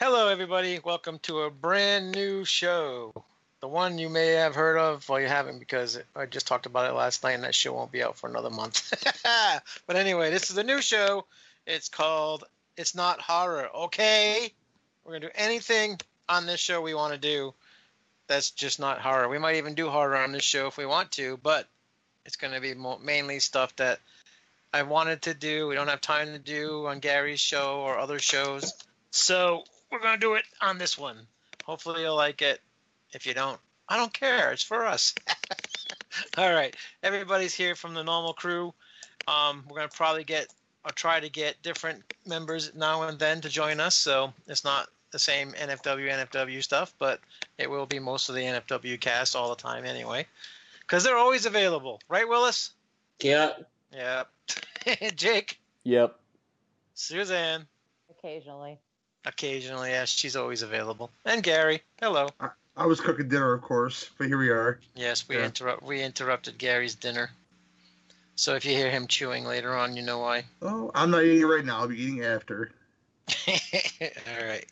Hello, everybody. Welcome to a brand new show. The one you may have heard of, well, you haven't because I just talked about it last night, and that show won't be out for another month. but anyway, this is a new show. It's called It's Not Horror, okay? We're going to do anything on this show we want to do that's just not horror. We might even do horror on this show if we want to, but it's going to be mo- mainly stuff that I wanted to do, we don't have time to do on Gary's show or other shows. So we're gonna do it on this one. Hopefully you'll like it. If you don't, I don't care. It's for us. All right, everybody's here from the normal crew. Um, we're gonna probably get or try to get different members now and then to join us. So it's not the same NFW NFW stuff, but it will be most of the NFW cast all the time anyway, because they're always available, right, Willis? Yeah. Yeah. Jake, Yep. Suzanne. occasionally. Occasionally, yes, she's always available. And Gary, hello. I was cooking dinner, of course, but here we are. Yes, we Yeah. interrupt. We interrupted Gary's dinner. So if you hear him chewing later on, you know why. Oh, I'm not eating right now. I'll be eating after. All right.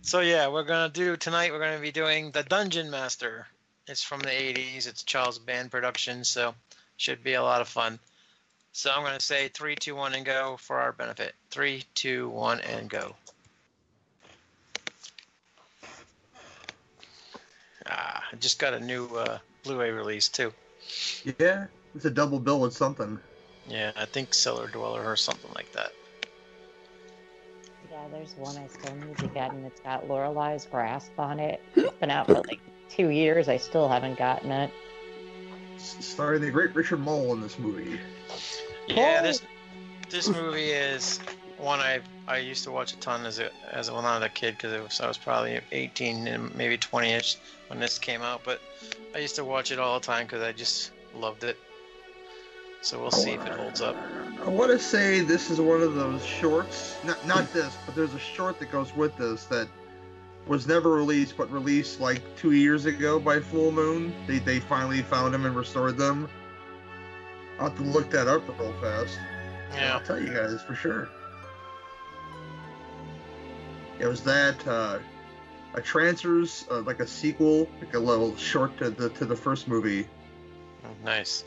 So yeah, we're gonna do tonight. We're gonna be doing the Dungeon Master. It's from the '80s. It's a Charles Band production, so should be a lot of fun. So I'm gonna say three, two, one, and go for our benefit. Three, two, one, and go. Ah, I just got a new uh, Blu-ray release too. Yeah, it's a double bill with something. Yeah, I think Cellar Dweller or something like that. Yeah, there's one I still need to get, and it's got Lorelei's Grasp on it. It's been out for like two years. I still haven't gotten it. S- Starring the great Richard Mole in this movie. Yeah, Oh. this this movie is one I I used to watch a ton as a as a, well not a kid because was, I was probably 18 and maybe 20ish when this came out, but I used to watch it all the time because I just loved it. So we'll see if it holds up. I want to say this is one of those shorts. Not not this, but there's a short that goes with this that was never released, but released like two years ago by Full Moon. They they finally found them and restored them. I'll have to look that up real fast. I'll Yeah, tell you guys for sure. It was that uh, a Trancers, uh, like a sequel, like a little short to the to the first movie. nice.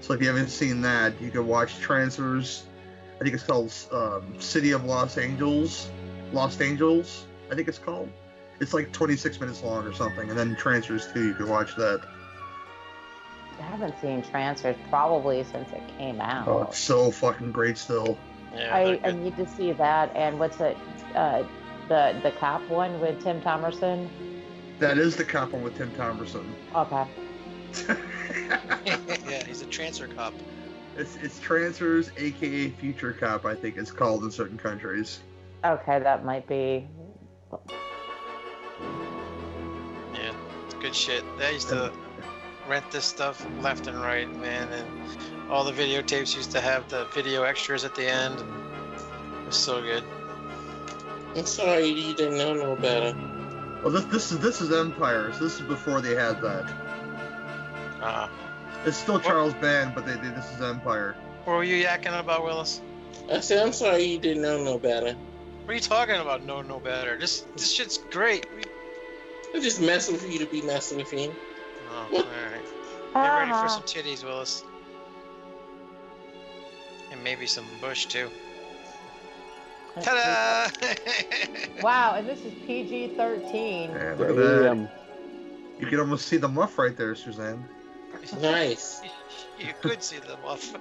So if you haven't seen that, you can watch Trancers. I think it's called um, City of Los Angeles. Lost Angels, I think it's called. It's like 26 minutes long or something, and then Trancers too. You can watch that. I haven't seen Transfers probably since it came out. Oh, it's so fucking great still. Yeah, I, they're I good. need to see that. And what's it? Uh, the the cop one with Tim Thomerson. That is the cop one with Tim Thomerson. Okay. yeah, he's a transfer cop. It's, it's Trancers, aka Future Cop, I think it's called in certain countries. Okay, that might be. Yeah, it's good shit. I used to rent this stuff left and right, man, and all the videotapes used to have the video extras at the end. It was so good. I'm sorry you didn't know no better. Well, this this is this is Empire. So this is before they had that. Ah. It's still Charles Band, but they, they this is Empire. What were you yakking about, Willis? I said, I'm sorry you didn't know no better. What are you talking about? No, no better. This this shit's great. We- I'm just messing with you to be messing with me. Oh, all right. Get ready Uh-huh. for some titties, Willis. And maybe some bush too. Ta-da! Wow, and this is PG thirteen. Yeah, look at that. Damn. You can almost see the muff right there, Suzanne. Nice. you could see them off.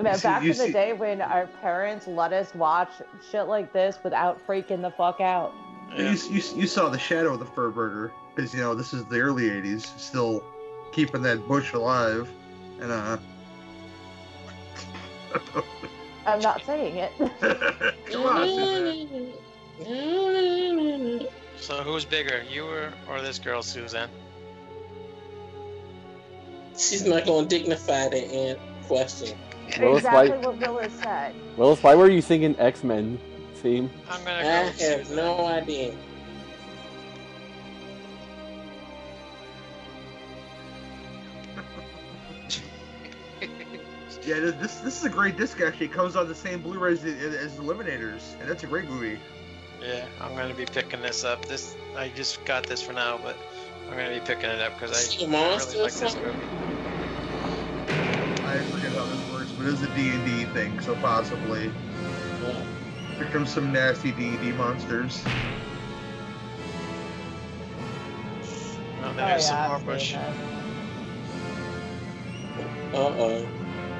Now, You see- back you in the see- day when our parents let us watch shit like this without freaking the fuck out. You, you you saw the shadow of the fur burger because you know this is the early '80s, still keeping that bush alive, and uh. I'm not saying it. Come on, Suzanne. So who's bigger, you or, or this girl, Suzanne? She's not gonna dignify the end question. Well, it's exactly like- what Willis said. Willis, why were you singing X Men theme? I'm I gonna go with have Suzanne. no idea. Yeah, this- this this is a great disc. Actually, it comes on the same Blu-rays as, as Eliminators, and that's a great movie. Yeah, I'm gonna be picking this up. This I just got this for now, but I'm gonna be picking it up because I Sea really Monster or like this something? movie. I forget how this works, but it's a D&D thing, so possibly. Yeah. Here comes some nasty D&D monsters. Oh, there's yeah, some I've more seen Bush. that. Uh-oh.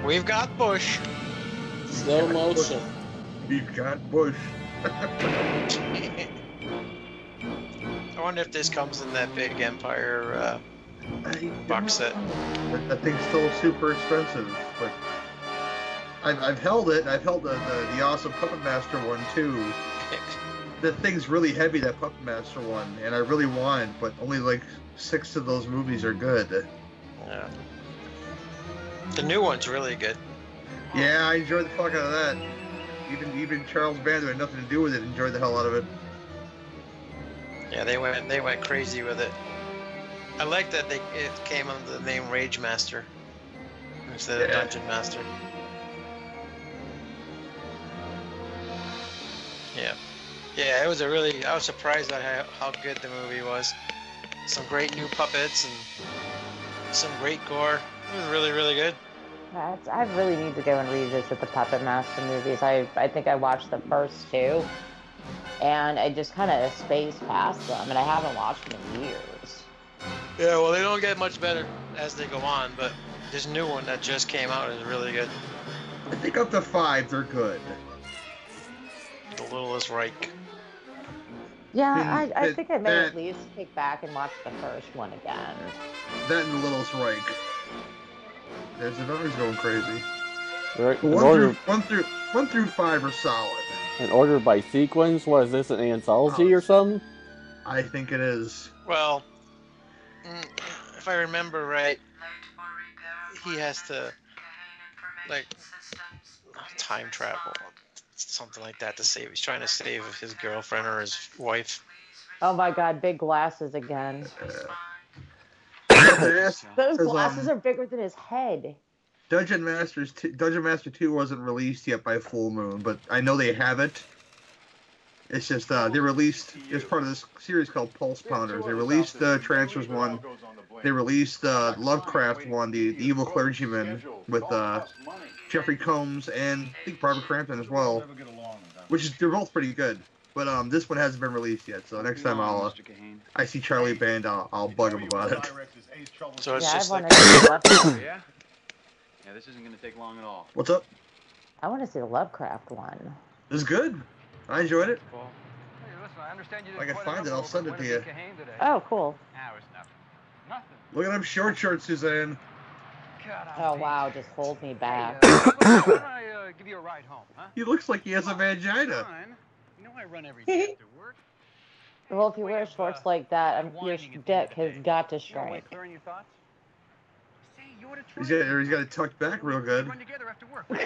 We've got Bush. Slow motion. We've got Bush. I wonder if this comes in that big Empire uh, I- box set. That, that thing's still super expensive, but I've, I've held it. and I've held the, the, the awesome Puppet Master one too. The thing's really heavy, that Puppet Master one, and I really want, it, but only like six of those movies are good. Yeah. The new one's really good. Yeah, I enjoyed the fuck out of that. Even even Charles Band, who had nothing to do with it, enjoyed the hell out of it. Yeah, they went they went crazy with it. I like that they it came under the name Rage Master instead of Yeah. Dungeon Master. Yeah, yeah, it was a really I was surprised at how, how good the movie was. Some great new puppets and some great gore. It was really really good. That's, I really need to go and revisit the Puppet Master movies. I, I think I watched the first two, and I just kind of spaced past them, and I haven't watched them in years. Yeah, well they don't get much better as they go on, but this new one that just came out is really good. I think up to five, they're good. The Littlest Reich. Yeah, I, I That- think I may that- at least kick back and watch the first one again. That and the Littlest Reich. There's the numbers going crazy. Right, But An One through order, one through one through five are solid. an order by sequence. What is this? An anthology or something? I think it is. Well, mm, if I remember right, he has to like time travel, something like that, to save. He's trying to save his girlfriend or his wife. Oh my God, big glasses again. Those There's, glasses um, are bigger than his head. Dungeon Masters two, Dungeon Master Two wasn't released yet by Full Moon, but I know they have it. It's just uh, they released it's part of this series called Pulse Pounders. They released the Transfers one. They released uh, Lovecraft one, the, the Evil Clergyman, with uh, Jeffrey Combs and I think Barbara Crampton as well, which is they're both pretty good. But um, this one hasn't been released yet, so next time I'll uh, I see Charlie Band, I'll, I'll bug him about it. So it's yeah, just I want like to see the Love- Yeah? Yeah, this isn't gonna take long at all. What's up? I want to see the Lovecraft one. This is good. I enjoyed it. Paul? If I can find it, I'll send it to you. Oh, cool. Hours nothing. Nothing. Look at them short shorts, Suzanne. God, Oh wow, just hold me back. uh, Why don't I uh, give you a ride home, huh? He looks like he has a vagina. Fine. You know I run every day after work. Well, if you wear shorts uh, uh, like that, I'm, your dick has got to You know, like shrink. clearing your thoughts? See, you oughta He's try got, it. he's got it tucked back real good. Run together after work. What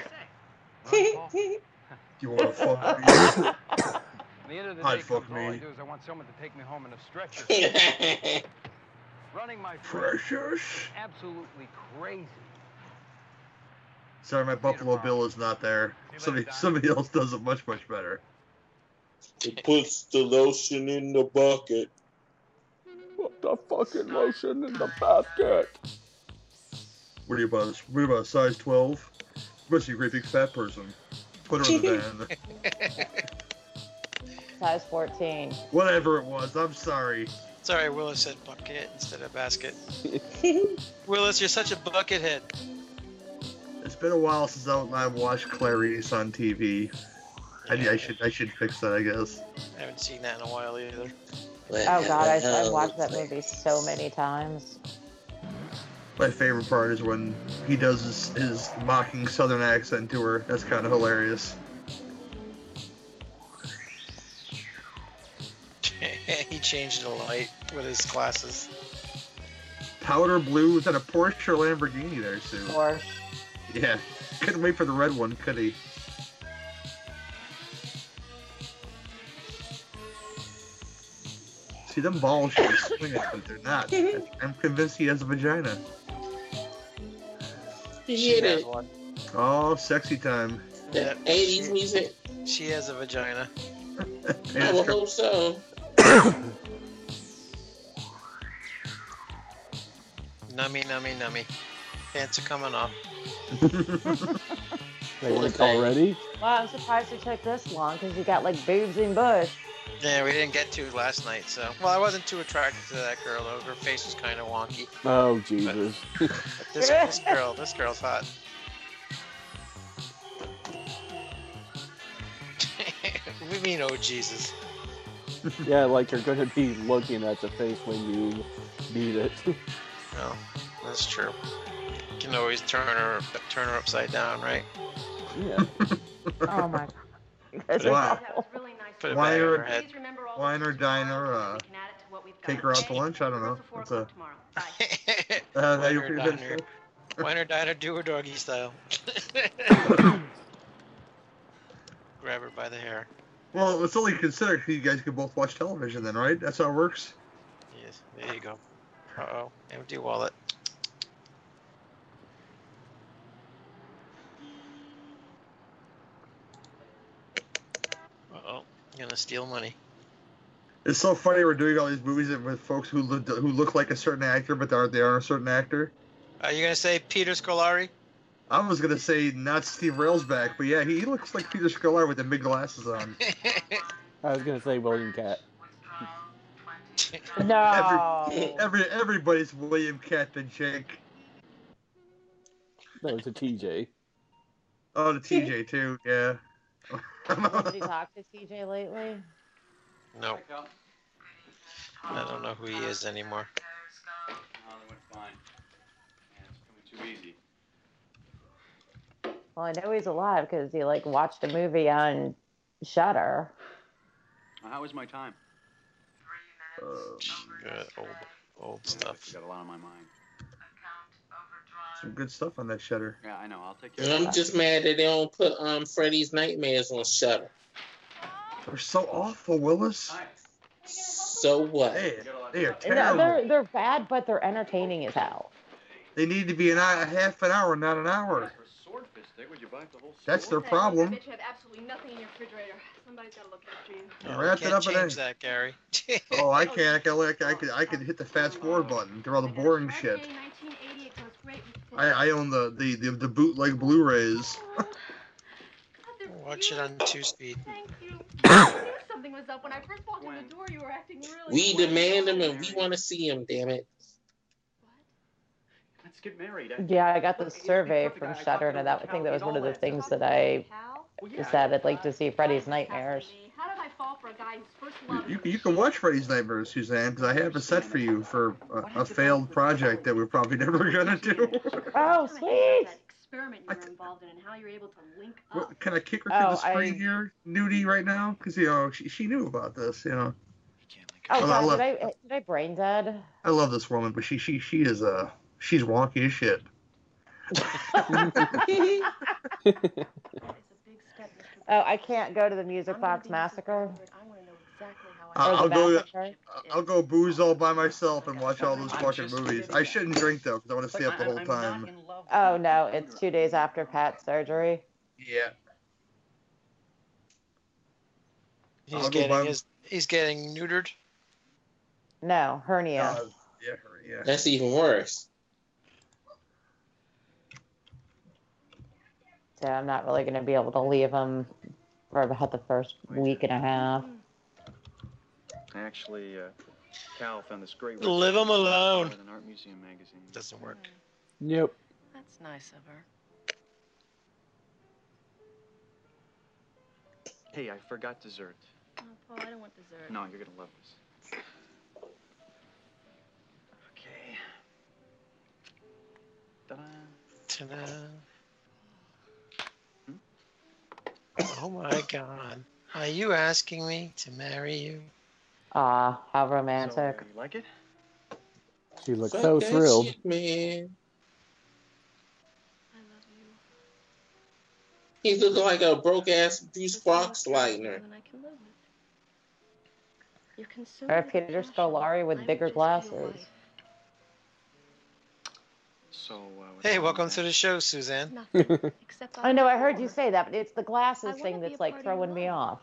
do you say? Well, Paul, You want to fuck me? at the end of the I'd day fuck comes, all I me. do is I want someone to take me home in a stretcher. That's Running my friend Precious. absolutely crazy. Sorry, my Buffalo Bill is not there. Somebody, somebody else does it much, much better. he puts the lotion in the bucket. Put the fucking lotion in the basket. What are you about? What are you about? a Size 12? You must be a great big fat person. Put her in the van. Size 14. Whatever it was, I'm sorry. sorry, Willis said bucket instead of basket. Willis, you're such a bucket head. It's been a while since I, I watched Clarice on TV. I, I should I should fix that, I guess. I haven't seen that in a while either. Oh god, I, I watched that movie so many times. My favorite part is when he does his, his mocking southern accent to her. That's kind of hilarious. he changed the light with his glasses. Powder blue was that a Porsche or Lamborghini there, Sue? Or Yeah, couldn't wait for the red one, could he? See them balls should be swinging, but they're not. I'm convinced he has a vagina. She You hear has that, one. Oh, sexy time. Yeah, that 80s music? she has a vagina. I And would it's hope so. Nummy, nummy, nummy. Pants are coming off. They went already? Wow, I'm surprised it took this long because you got like boobs and bush. Yeah, we didn't get to last night, so. Well, I wasn't too attracted to that girl, though. Her face was kind of wonky. Oh, Jesus. But this, this girl, this girl's hot. we mean, oh, Jesus. Yeah, like you're gonna be looking at the face when you need it. No, that's true. You can always turn her, turn her upside down, right? yeah. Oh my god. You guys are Wow. That awful. was really nice. Put it Why back on are- her head. Please remember all Wine the or things tomorrow, diner, and uh, we can add it to what we've Take got. her out to lunch. I don't know. Rehearsal four It's a. o'clock tomorrow. Bye. Uh, Wine you or can diner. finish it. Wine or diner, do her doggy style. Grab her by the hair. Well, it's only considered 'cause you guys can both watch television then, right? That's how it works. Yes, there you go. Uh oh, empty wallet. Uh oh, gonna steal money. It's so funny we're doing all these movies with folks who look who look like a certain actor, but they aren't they aren't a certain actor. Are you gonna say Peter Scolari? I was gonna say not Steve Railsback, but yeah, he looks like Peter Scolari with the big glasses on. I was gonna say William Cat. No. Every everybody's William Captain Jake. That was a TJ. Oh, the TJ too. Yeah. Uh, Did you talk to TJ lately? no, I don't know who he is anymore. Well, I know he's alive because he like watched a movie on Shutter. How was my time? Uh, Good old, old I stuff. got a lot on my mind. some good stuff on that shutter. Yeah, I know. I'll take care. of it. I'm just mad that they don't put um Freddy's Nightmares on Shutter. They're so awful, Willis. Hi. So what? They, they are No, terrible. they're they're bad, but they're entertaining as hell. They need to be an hour, half an hour, not an hour. For a swordfish stick, would you buy the whole That's sword? their problem. I bet you have absolutely nothing in your refrigerator. Somebody's got to look after you. Yeah, Wrap it can't up and change end. that, Gary. Oh, I can't. I can, like, I can, I can hit the fast forward button through all the boring shit. I, I own the, the, the, the bootleg Blu-rays. Watch it on two speed. Thank you. I knew something was up when I first walked in When? the door. You were acting really. We demand him and we want to see him. Damn it! Let's get married. I- Yeah, I got this survey from Shutter, and that I think that was one of the things that I Hal? Well, yeah, decided like to see Freddy's Nightmares. How did I fall for a guy whose first love? You, you can watch Freddy's Nightmares, Suzanne, because I have a set for you for a, a failed project that we're probably never gonna do. Oh, Tell me about sweet. That experiment you were involved in and how you were able to link up. What- Can I kick her through the Oh, I- screen here, nudie, right now? Because you know she, she knew about this. You know, Oh, Hold on, God, look. did I did I brain dead? I love this woman, but she she she is uh she's wonky as shit. That is a big step, Mr. Oh, I can't go to the Music I'm gonna Box be Mrs. Massacre. Cuthbert. I wanna know exactly Uh, how I- Or the I'll go to- massacre. I- I'll go booze all by myself and watch all those fucking movies. I shouldn't drink though, because I want to stay up the whole time. Oh no, it's two days after Pat's surgery. Yeah. I'll He's go getting buy- his, he's getting neutered. No, hernia. Uh, yeah. her- Yeah. That's even worse. so I'm not really going to be able to leave him for about the first week and a half. Actually, uh, Cal found this great. Leave him alone. An art museum magazine. Doesn't work. Yep. That's nice of her. Hey, I forgot dessert. Oh, Paul, I don't want dessert. No, you're gonna love this. Okay. Ta-da. Ta-da. Oh my God! Are you asking me to marry you? Ah, how So, uh, romantic. you like it? She looked Fuck so that thrilled. shit, man. I love you. He looked like a broke ass Bruce There's so much more Boxleitner. than I can live with. You're consumed Or with Peter passion. Scolari I with would bigger just be a wife. glasses. So. Uh, what's Hey, wrong welcome with to that? the show, Suzanne. Nothing. Except I know, I heard you adore. say that, but it's the I glasses wanna thing be a that's like part of your throwing me life.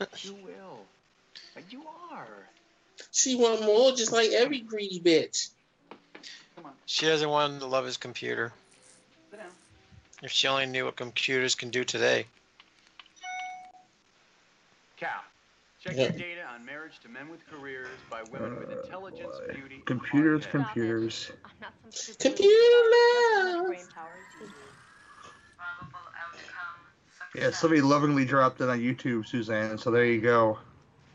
off. You will. But You are. She want more, just like every greedy bitch. Come on, She doesn't want him to love his computer. sit down. If she only knew what computers can do today. Cal, check your data on marriage to men with careers by women with Oh, intelligence, boy. beauty, and Computers, hard head. computers. I'm not some stupid Computer lady. love. Brain power. Yeah, somebody lovingly dropped it on YouTube, Suzanne. So there you go.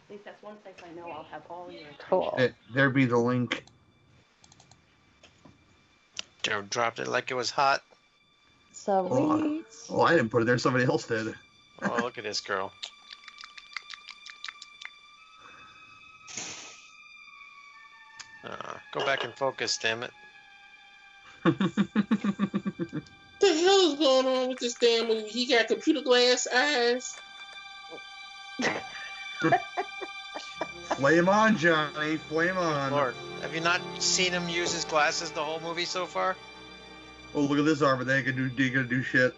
At least that's one place I know I'll have all your attention. Cool. It, there be the link. Joe dropped it like it was hot. So Oh, I- we. Well, I didn't put it there. Somebody else did. Oh, look at this girl. Uh, go back and focus, damn it. What the hell is going on with this damn movie? He got computer glass eyes. Flame on, Johnny. Flame on. Lord, have you not seen him use his glasses the whole movie so far? Oh, look at this armor. They ain't gonna do, they ain't gonna do shit.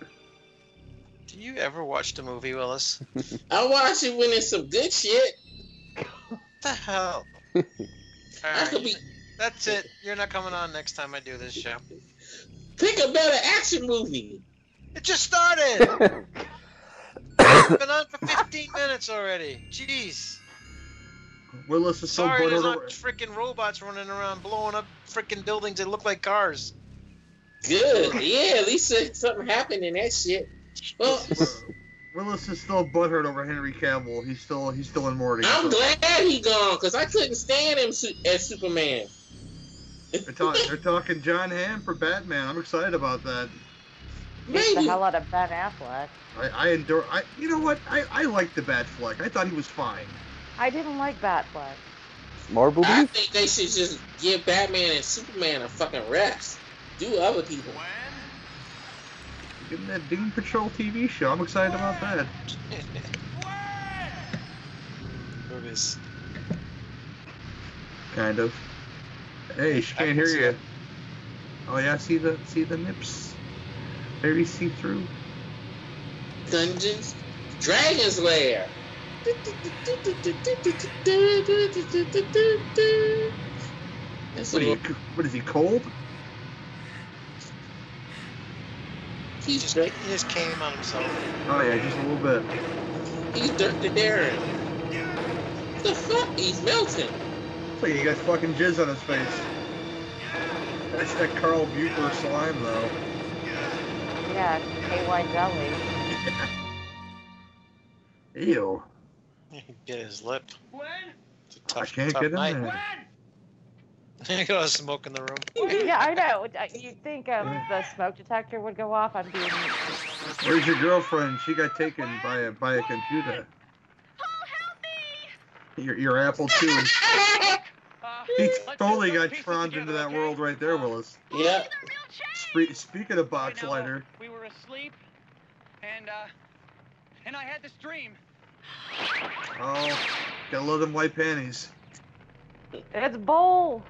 Do you ever watch the movie, Willis? What I watch it when it's some good shit. the hell? I could Alright, be that's it. You're not coming on next time I do this show. pick a better action movie. It just started! It's been on for 15 minutes already. Jeez. Willis is so Sorry, butthurt there's over- not freaking robots running around blowing up freaking buildings that look like cars. Good, yeah. At least uh, something happened in that shit. Well, Willis is still butthurt over Henry Cavill. He's still he's still in Morty. I'm So glad he gone because I couldn't stand him su- as Superman. They're, talk, they're talking John Hamm for Batman. I'm excited about that. Beat the Maybe. hell out of Ben Affleck. I, I endure. I you know what? I I liked the Batfleck. I thought he was fine. I didn't like Batfleck. More I boobies? think they should just give Batman and Superman a fucking rest. Do other people. When? Give him that Doom Patrol TV show. I'm excited about that. When? Movies. Kind of. Hey, she I can't can hear see you. it. Oh yeah, see the see the nips. Very see through. Dungeons, Dragon's Lair. That's a What, are little you- what is he cold? He he's just, dirt, he just came on himself. Oh yeah, just a little bit. he's dirt to Darren. What the fuck? He's melting. It's like he got fucking jizz on his face. That's that Carl Buechler slime though. Yeah, KY Jelly. Ew. Get his lip. When? It's a tough, I can't tough get in night. there. There goes smoke in the room. Yeah, I know. You'd think um, the smoke detector would go off. I'm being. Where's your girlfriend? She got taken by a by a computer. Your your Apple II. Uh, He let's put totally those got pieces thrown into together, that okay? world right there, Uh, Willis. yeah. Spe- speaking of box Right now, lighter, We were asleep, and uh, and I had this dream. oh, gotta love them white panties. It's Bull.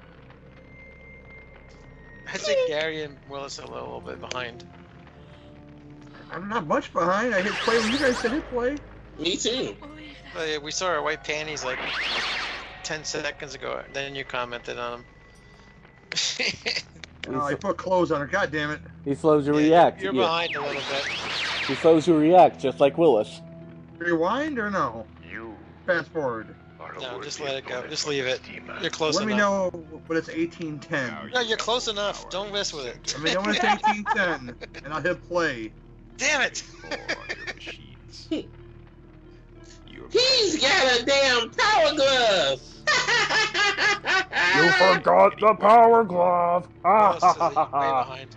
I think Gary and Willis are a little bit behind. I'm not much behind. I hit play when you guys said hit play. Me too. But yeah, we saw her white panties like 10 seconds ago. Then you commented on them. Oh, I He, put clothes on her. God damn it. he slows you Ah, Yeah, react. You're yeah. behind a little bit. He slows you react, just like Willis. Rewind or no? You Fast forward. are a No, just worthy let it go. opponent Just for leave this it. demon. You're close Let me enough. know when it's 1810. No, you're close enough. Don't mess with it. Let me know when it's 1810, and I'll hit play. Damn it! He's got a damn power glove. You forgot the power glove. Ah, Willis ha, is ha, uh, way ha, ha. behind.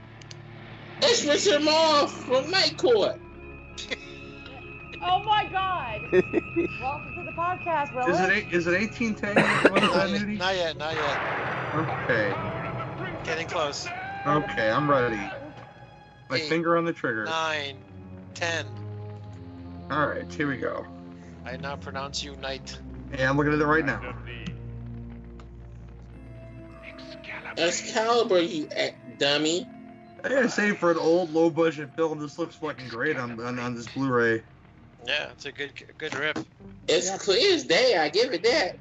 it's Richard Moore from Night Court. Oh my God. Welcome to the podcast, Is Willis. it eight- is it 1810? What is Not that, yet, Nudie? not yet, not yet. Okay. Getting close. Okay, I'm ready. My Eight. finger on the trigger. Nine, ten. All right, here we go. I now pronounce you knight. Yeah, I'm looking at it right now. Excalibur, you a- dummy. I gotta say, for an old low budget film, this looks fucking great on on, on this Blu-ray. Yeah, it's a good good rip. It's clear as day. I give it that.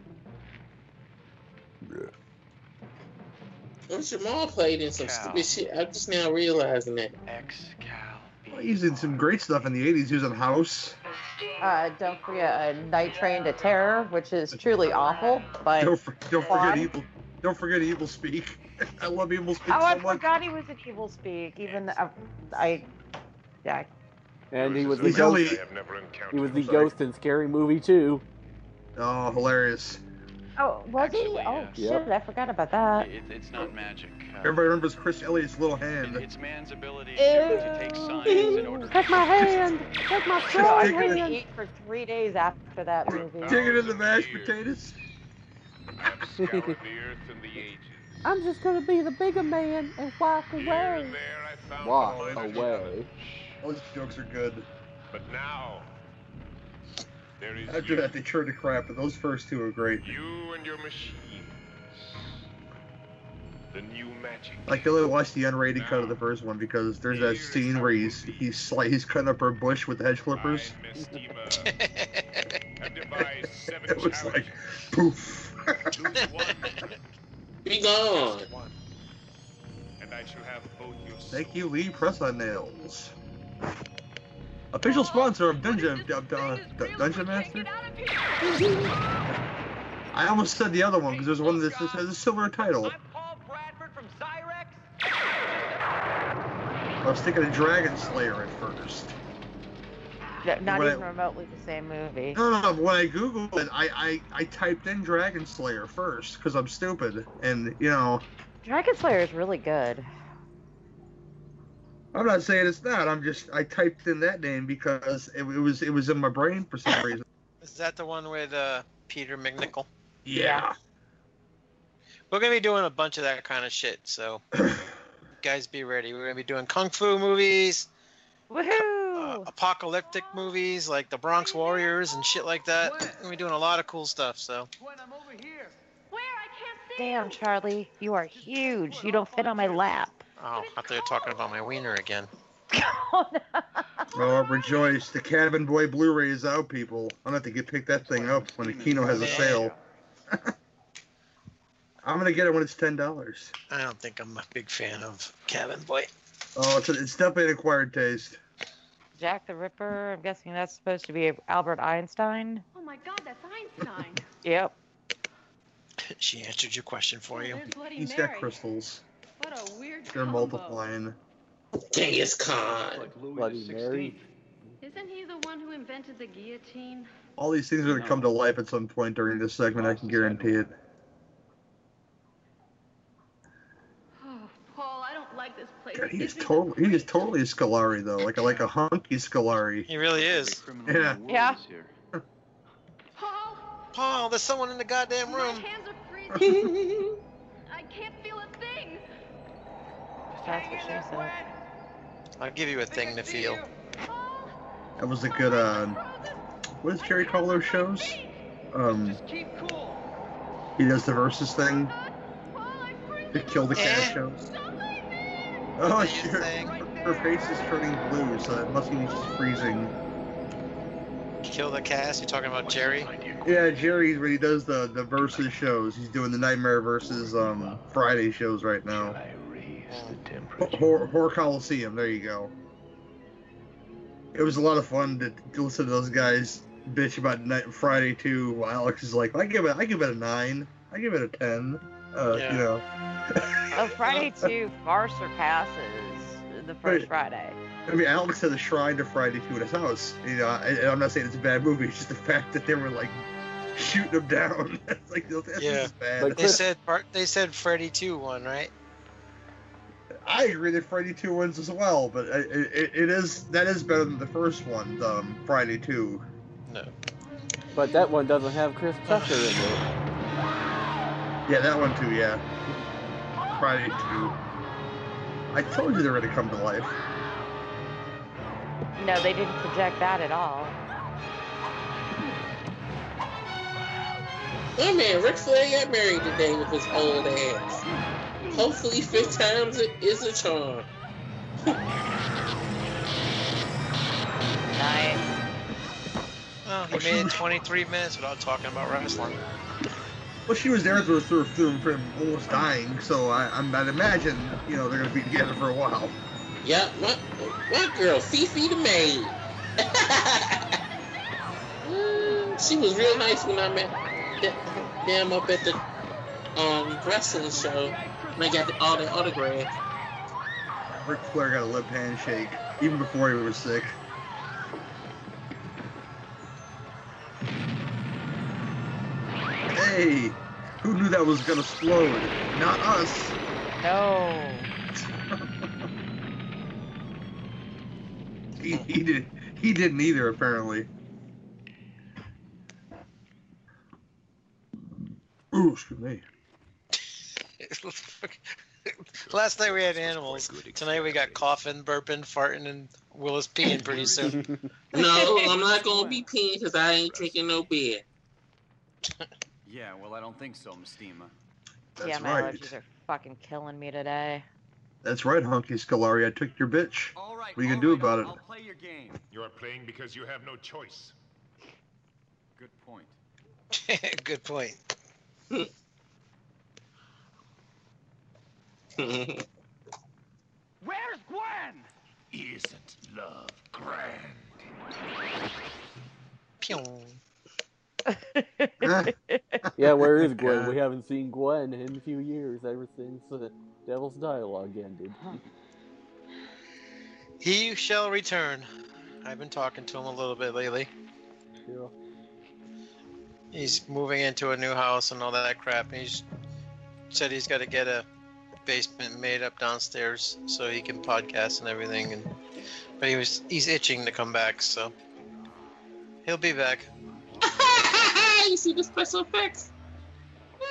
Well, Jamal played in some Cow. stupid shit. I'm just now realizing that. X Cal. Well, he's in some great stuff in the 80s. He was in House. Uh, don't forget uh, Night Train to Terror, which is truly awful. But Don't, oh, for, don't Juan? forget evil. Don't forget evil speak. I love evil speak Oh, I so much. forgot he was in Evil Speak. Even uh, I, yeah, And he was the He's ghost. only He was the Sorry. ghost in Scary Movie too. oh hilarious. Oh, was he? Actually, Oh, yeah. shit, Yep. I forgot about Uh, that. It, it's not magic. Uh, Everybody remembers Chris Elliott's little it- hand. it's man's ability to, to take signs in order. Take my hand. Take my So I Take it didn't in- eat for three days after that movie. Dig it in the mashed potatoes. I've scoured the earth and the ages. I'm just gonna be the bigger man and walk Here and there I found Walk all that away. All these jokes are good. But now, there is After you. that, they turn to crap, but those first two are great. You and your machines. The new magic. Like they only watched the unrated cut of the first one because there's that scene where he's he's sli- he's cutting up her bush with hedge clippers. I, Mestima, have devised seven It was like challenges. poof. Lose one, Be gone. lose one. And I shall have both your Thank you, Lee Press on Nails. Official sponsor of Dungeon Dun- Dun- Dun- Dungeon Master. I almost said the other one because there's one that just has a similar title. Paul Bradford from Cyrex. I was thinking of Dragon Slayer at first. Yeah, Not Well- even remotely the same movie. No, no, no. When I googled it, I I, I typed in Dragon Slayer first because I'm stupid, and you know Dragon Slayer is really good. I'm not saying it's not. I'm just I typed in that name because it, it was it was in my brain for some reason. Is that the one with uh, Peter McNichol? Yeah. We're gonna be doing a bunch of that kind of shit, so guys, be ready. We're gonna be doing kung fu movies, uh, Woohoo! apocalyptic movies like the Bronx Warriors and shit like that. We're gonna be doing a lot of cool stuff. So Gwen, I'm over here. Where? I can't see. Damn, Charlie, you are huge. You don't fit on my lap. Oh, I thought you were talking about my wiener again. Oh, no. Oh, rejoice! The Cabin Boy Blu-ray is out, people. I'm gonna have to get pick that thing up when the Kino has a sale. I'm gonna get it when it's ten dollars. I don't think I'm a big fan of Cabin Boy. Oh, it's, it's definitely an acquired taste. Jack the Ripper. I'm guessing that's supposed to be Albert Einstein. Oh my God, that's Einstein. Yep. She answered your question for you. There's Bloody He's got Mary. crystals. What a weird They're combo. multiplying. Genghis Khan. Like Louis Bloody the Mary. 16th. Isn't he the one who invented the guillotine? All these things are gonna come to life at some point during this segment. I can guarantee it. Oh, Paul, I don't like this place. God, he is Isn't it totally he is great? totally a Scolari though, like a, like a hunky Scolari. He really Every is. criminal in the Yeah. world Yeah. is here. Paul, Paul, there's someone in the goddamn my room. hands are freezing. I can't feel a thing. That's what she said. I'll give you a thing to feel. Paul, That was a good uh, what does Jerry call those shows? Um, Just keep cool. he does the versus thing. Paul, I'm The freezing. kill the cat show. Don't leave me. Oh, Do your sure. thing. Her face is turning blue, so that must mean she's freezing. Kill the cast. You're talking about Jerry. Yeah, Jerry, when he does the the versus shows, he's doing the Nightmare versus um Friday shows right now. Ho- Horror, Horror Coliseum. There you go. It was a lot of fun to, to listen to those guys bitch about night, Friday too. While Alex is like, I give it, I give it a nine, I give it a ten. Uh, Yeah. You know, Oh, Friday 2 far surpasses the first Wait. Friday. I mean, Alex had a shrine to Friday too in his house. You know, and, and I'm not saying it's a bad movie. It's just the fact that they were like shooting him down. it's like, this Yeah. is bad. Like- They said they said Freddy 2 one, right? I agree that Friday Two wins as well, but uh, it, it, it is that is better than the first one, um, Friday Two. But that one doesn't have Chris Tucker in it. Yeah, that one too. Yeah, Friday Two. I told you they were gonna come to life. No, they didn't project that at all. My man, Ric Flair got married today with his old ass. Hopefully, fifth times it is a charm. Nice. Oh, he made it 23 minutes without talking about wrestling. Well, she was there through through, through him almost dying, so I, I'm, I'd imagine you know they're gonna be together for a while. Yep, my, my girl, Fifi the maid. Mm, she was real nice when I met th- them up at the um, wrestling show. And I got the, all the autographs. Ric Flair got a lip handshake even before he was sick. Hey, who knew that was gonna explode? Not us. No. He, he did. He didn't either, apparently. Ooh, excuse me. Last night we had animals. Tonight we got coughing, burping, farting, and Willis peeing pretty soon. No, I'm not gonna be peeing because I ain't drinking no beer. Yeah, well, I don't think so, Mistima. That's yeah, my right. allergies are fucking killing me today. That's right, Honky Scolari. I took your bitch. All right. What you gonna all do right, about it? I'll play your game. You are playing because you have no choice. Good point. Good point. Where's Gwen? Isn't love grand? Pew. Ah, Yeah, where is Gwen? We haven't seen Gwen in a few years, ever since the Devil's Dialogue ended. He shall return. I've been talking to him a little bit lately. Yeah. He's moving into a new house and all that crap. And he's said he's got to get a basement made up downstairs so he can podcast and everything. And but he was he's itching to come back, so he'll be back. you see the special effects?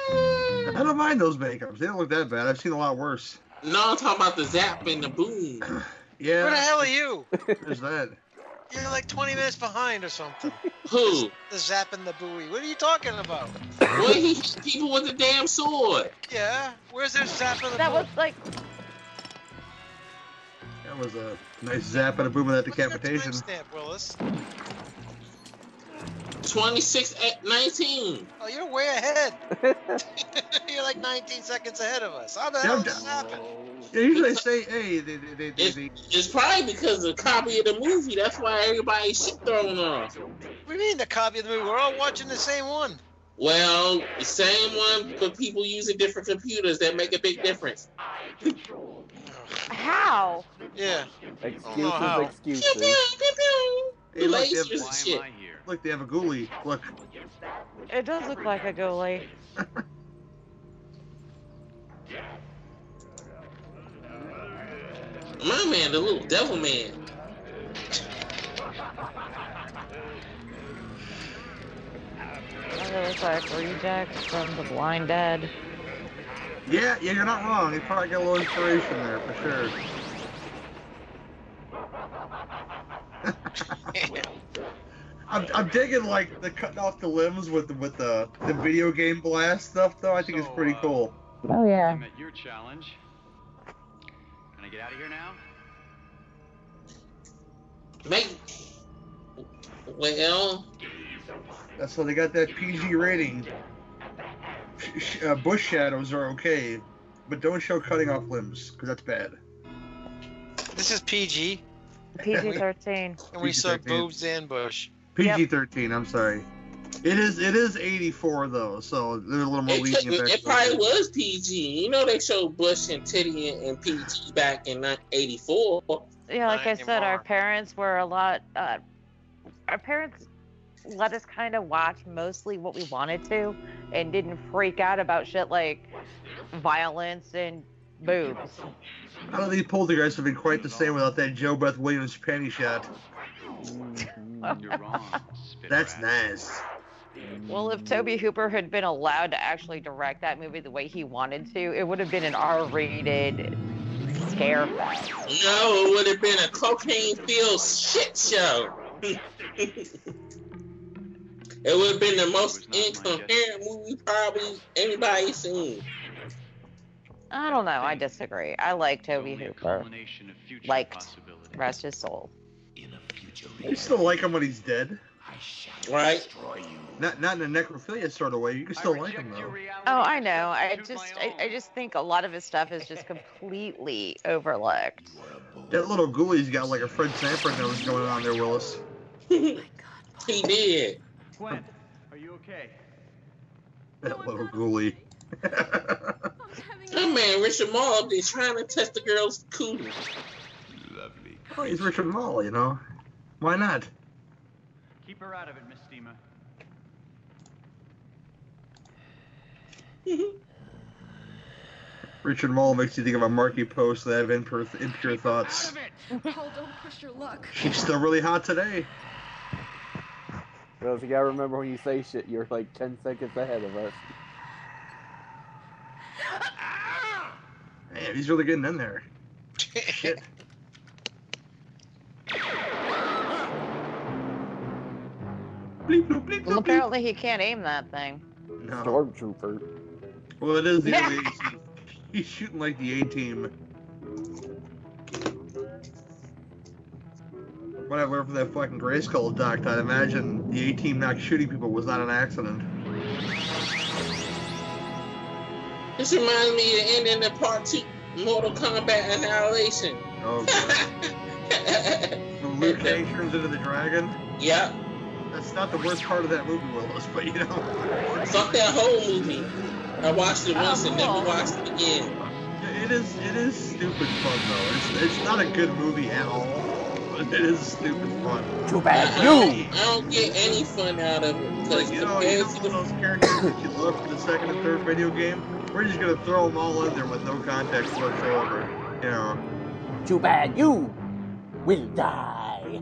I don't mind those makeups. They don't look that bad. I've seen a lot worse. No, I'm talking about the zap and the boom. Where the Yeah, hell are you? there's that. You're like 20 minutes behind or something. Who? The zap and the buoy. What are you talking about? Well, he hit people with a damn sword. Yeah, where's their zap and the That buoy? was like That was a nice zap and a boom of that Look at that decapitation. timestamp, Willis. 26 at 19. Oh, you're way ahead. you're like 19 seconds ahead of us. How the Yeah, hell I'm did this happen? Yeah, usually I say, hey, they, they, they, they, they, It's probably because of the copy of the movie. That's why everybody's shit thrown off. What do you mean the copy of the movie? We're all watching the same one. Well, the same one, but people using different computers that make a big difference. how? Yeah. Excuses, how. Pew, excuses. pew, pew, pew. hey, look, they have, Lasers. Why Shit. am I here? look, they have a ghoulie. Look, It does look like a goalie. My man, the little devil man. It looks like reject from the blind dead. yeah, yeah, you're not wrong. They probably got a little inspiration there for sure. I'm, I'm digging like the cutting off the limbs with the, with the the video game blast stuff though. I think it's So, pretty uh, cool. Oh yeah. I'm at your challenge. Can I get out of here now? Make. Well, That's why they got that PG rating. Sh- sh- Uh, bush shadows are okay, but don't show cutting off limbs because that's bad. This is PG, PG thirteen. and we PG-13. saw boobs and bush. PG thirteen. I'm sorry. It is it is 84 though, so they're a little more it, lenient. couldn't- back it then. probably was PG. You know, they showed Bush and Titty and, and PG back in like, 84. Yeah, like Not I said, our anymore. parents were a lot. Uh, our parents let us kind of watch mostly what we wanted to, and didn't freak out about shit like violence and boobs. I don't think poltergeists have been quite the same without that Joe Beth Williams panty shot. Mhm. You're wrong. spit That's rat. nice. Well, Mm-hmm. if Toby Hooper had been allowed to actually direct that movie the way he wanted to, it would have been an R-rated scare fest. No, it would have been a cocaine filled shit show. it would have been the most incoherent movie probably anybody seen. I don't know. I disagree. I like Toby Only a Hooper. culmination of future Liked. possibilities. Rest his soul. You still like him when he's dead. Right? Not not in a necrophilia sort of way. You can still like him though. Oh, I know. I just, I, I just think a lot of his stuff is just completely overlooked. That little ghoulie's got like a Fred Sanford nose going on there, Willis. He did. Gwen, are you okay? That little ghoulie. That man, Richard Moore, is trying to test the girl's cootie. Lovely. Oh, he's Richard Mall, you know. Why not? Keep her out of it, Miss Steema. Richard Mall makes you think of a Marky Post that have impure, impure thoughts. Paul, don't push your luck. She's still really hot today. Well, if you gotta remember when you say shit, you're like 10 seconds ahead of us. Man, he's really getting in there. Shit. Bleep, bloop, bleep, Well, bloop, bleep. apparently he can't aim that thing. No. Stormtrooper. Well, it is the Yeah. early 80s. He's shooting like the A team. What I learned from that fucking Grayskull doc, I'd imagine the A team not shooting people was not an accident. This reminds me of the ending of part two, Mortal Kombat Annihilation. Oh, God. when Luke Cage turns into the dragon. yep. That's not the worst part of that movie, Willis, but you know, Fuck that whole movie. I watched it Oh, once and cool. never watched it again. it is it is stupid fun though. It's, it's not a good movie at all, but it is stupid fun. Too I, bad don't- I don't get any fun out of it. Because Like you know, you know compared to the those characters that you love from the second and third video game. We're just gonna throw them all in there with no context whatsoever. You know, you! Too bad you! Will die!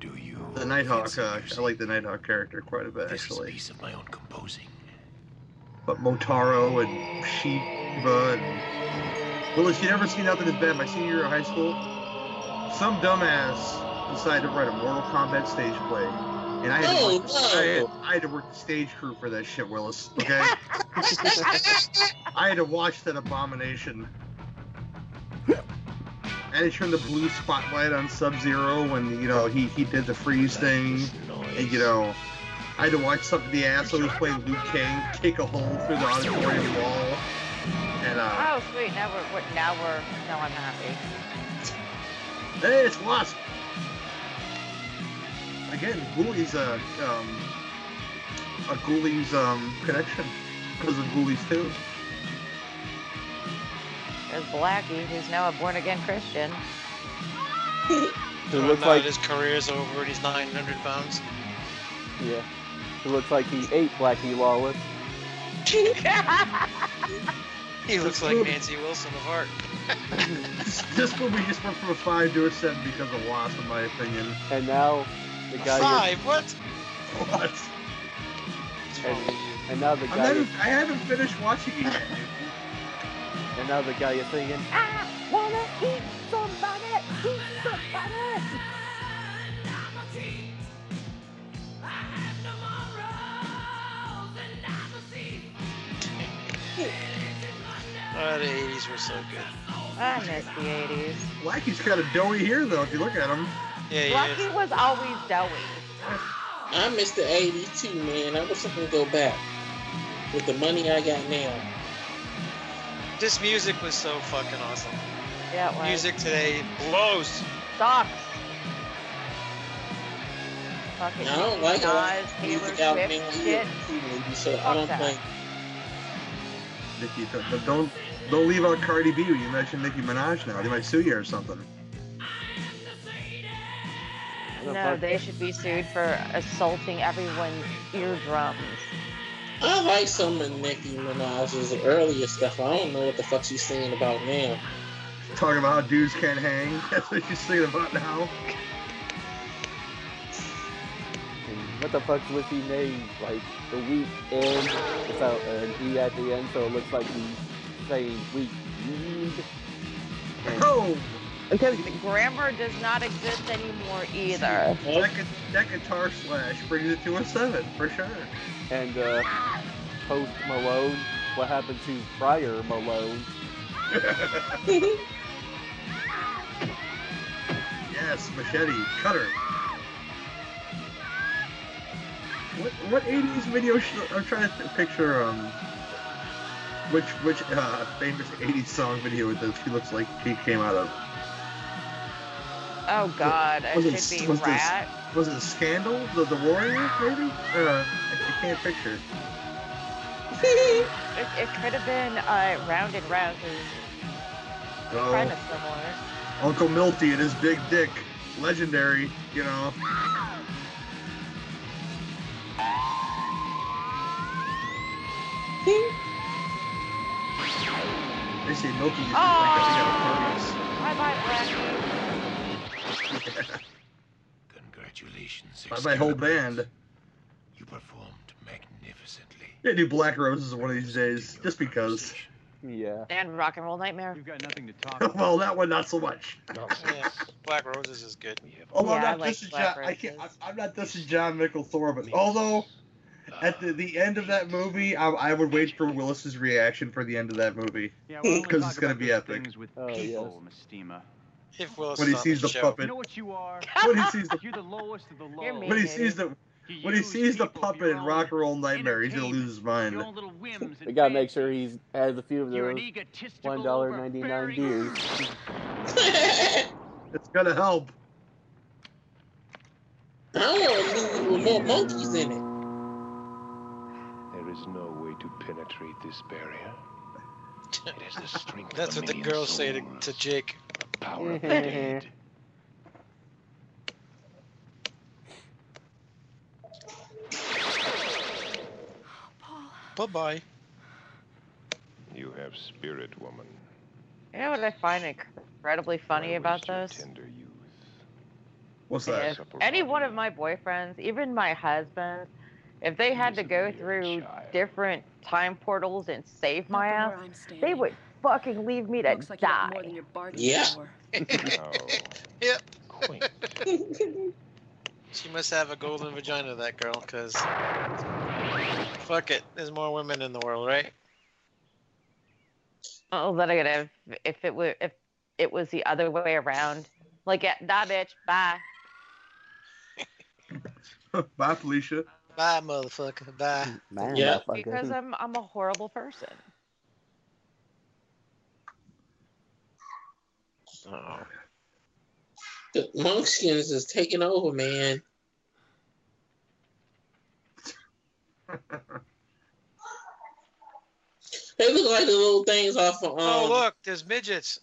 Do you? the Nighthawk. fancy Uh, I music? like the Nighthawk character quite a bit This is a actually. piece of my own composing. But Motaro and Sheba and Willis, you never seen nothing as bad. My senior year of high school, some dumbass decided to write a Mortal Kombat stage play, and I had, to, work, Oh, I had, no. I had to work the stage crew for that shit, Willis. Okay, I had to watch that abomination. And it turned the blue spotlight on Sub Zero when you know he he did the freeze thing. And you know, I had to watch some of the assholes play Luke King kick a hole through the auditorium wall. And uh, Oh, sweet. Now we're, we're now we're now I'm happy. hey, it's Wasp. Again, Ghoulie's a um, a Ghoulie's um connection because of Ghoulie's too. There's Blackie, who's now a born again Christian. It Well, looks now like, that his career's over and he's 900 pounds. yeah. It looks like he ate Blackie Lawless. He looks like Nancy Wilson of art. This movie just went from a five to a seven because of Wasp, in my opinion. And now the guy is, Five? What? What? What's wrong with you? and now the I'm guy not, is, even- I haven't finished watching it yet. and now the guy is singing I wanna eat somebody, eat somebody. Oh, the 80s were so good. I miss the 80s. Blackie's kind of doughy here, though, if you look at him. Yeah, he is. Blackie was always doughy. I missed the 80s too, man. I wish I could go back with the money I got now. This music was so fucking awesome. Yeah, it was. Music today blows. Sucks. Fucking Now, I don't like a lot Nas, of Taylor music out Swift there. shit. So I Fuck don't that. think. Nicki, don't, but don't don't leave out Cardi B when you mention Nicki Minaj now. They might sue you or something. No, the fuck- they should be sued for assaulting everyone's eardrums. I like some of Nicki Minaj's earlier stuff. I don't know what the fuck she's singing about now. Talking about how dudes can't hang. That's what she's singing about now. what the fuck's with he named? Like the week end without an E at the end, so it looks like he's saying week end. Oh, Because the grammar does not exist anymore either. that, gu- that guitar slash brings it to a seven for sure. And uh post Malone, what happened to prior Malone? Yes, machete, cutter. What what 80s video? Sh- I'm trying to th- picture um which which uh, famous 80s song video it is. She looks like she came out of. Oh God, I Was it, should be was it- rat. was it Scandal? The The Warrior? Maybe? Uh, I, I can't picture. It, it could have been uh, round and round because kind of Oh, similar. Uncle Milty and his big dick, legendary. You know. They say Milty used to Oh. think that Bye bye, Blackie. we got a party. Congratulations, By my whole band. You performed magnificently. They do Black Roses one of these days, just because. Yeah. And Rock and Roll Nightmare. You've got nothing to talk about. well, that one not so much. Yeah, Black Roses is good. Although Yeah, I I'm not like dissing Black John, I can't, Roses. I- I'm not dissing John Micklethor, but although at the, the end of that movie, I, I would wait for Willis's reaction for the end of that movie. Yeah, we'll only 'Cause talk it's gonna about be those epic. Things with Oh, people, Mistima. If Willis When he is on sees the show. puppet. You know what you are? When he sees the You're the lowest of the You're low. mean. when he sees the You when he use sees the people for puppet your in own- Rock and Roll Nightmare, he's gonna lose his mind. your own little whims They and gotta make sure fancies. he's has a few of You're an E- those egotistical, one dollar ninety nine overbearing- beers. It's gonna help. I want a movie with more monkeys in it. There is no way to penetrate this barrier. It is the strength of That's a what the million girls say to, souls, to Jake. the power of the dead. Bye bye. You have spirit, woman. You know what I find incredibly funny Why waste about your this? Tender youth? What's Yeah. that? If any one of my boyfriends, even my husband, if they had to go through different time portals and save my ass, they would fucking leave me to Looks like you got die. more than your bargain Yeah. for. No. Yep. Quaint. She must have a golden vagina, that girl, because. Fuck it. There's more women in the world, right? Oh, that I could have if it were if it was the other way around. Like, yeah, nah, bitch, bye. Bye, Felicia. Bye, motherfucker. Bye. Man, Yeah. motherfucker. Because I'm I'm a horrible person. Oh. The monkeys is taking over, man. They look like the little things off of um. Oh, look, there's midgets.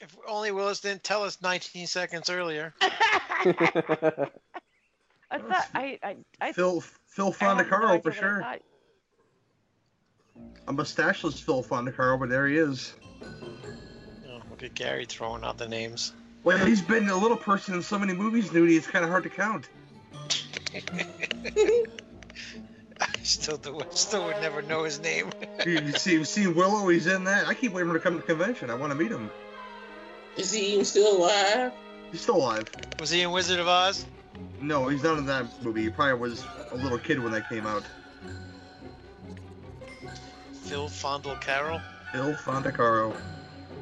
If only Willis didn't tell us 19 seconds earlier. I thought I I I. Phil Phil I have no Fondacaro idea for what I sure. thought. A mustacheless Phil Fondacaro, but there he is. Oh, look at Gary throwing out the names. Well, he's been a little person in so many movies, Nudie. It's kind of hard to count. I still, do, still would never know his name. You see, you see Willow. He's in that. I keep waiting for him to come to convention. I want to meet him. Is he even still alive? He's still alive. Was he in Wizard of Oz? No, he's not in that movie. He probably was a little kid when that came out. Phil Fondle Carroll? Phil Fondacaro.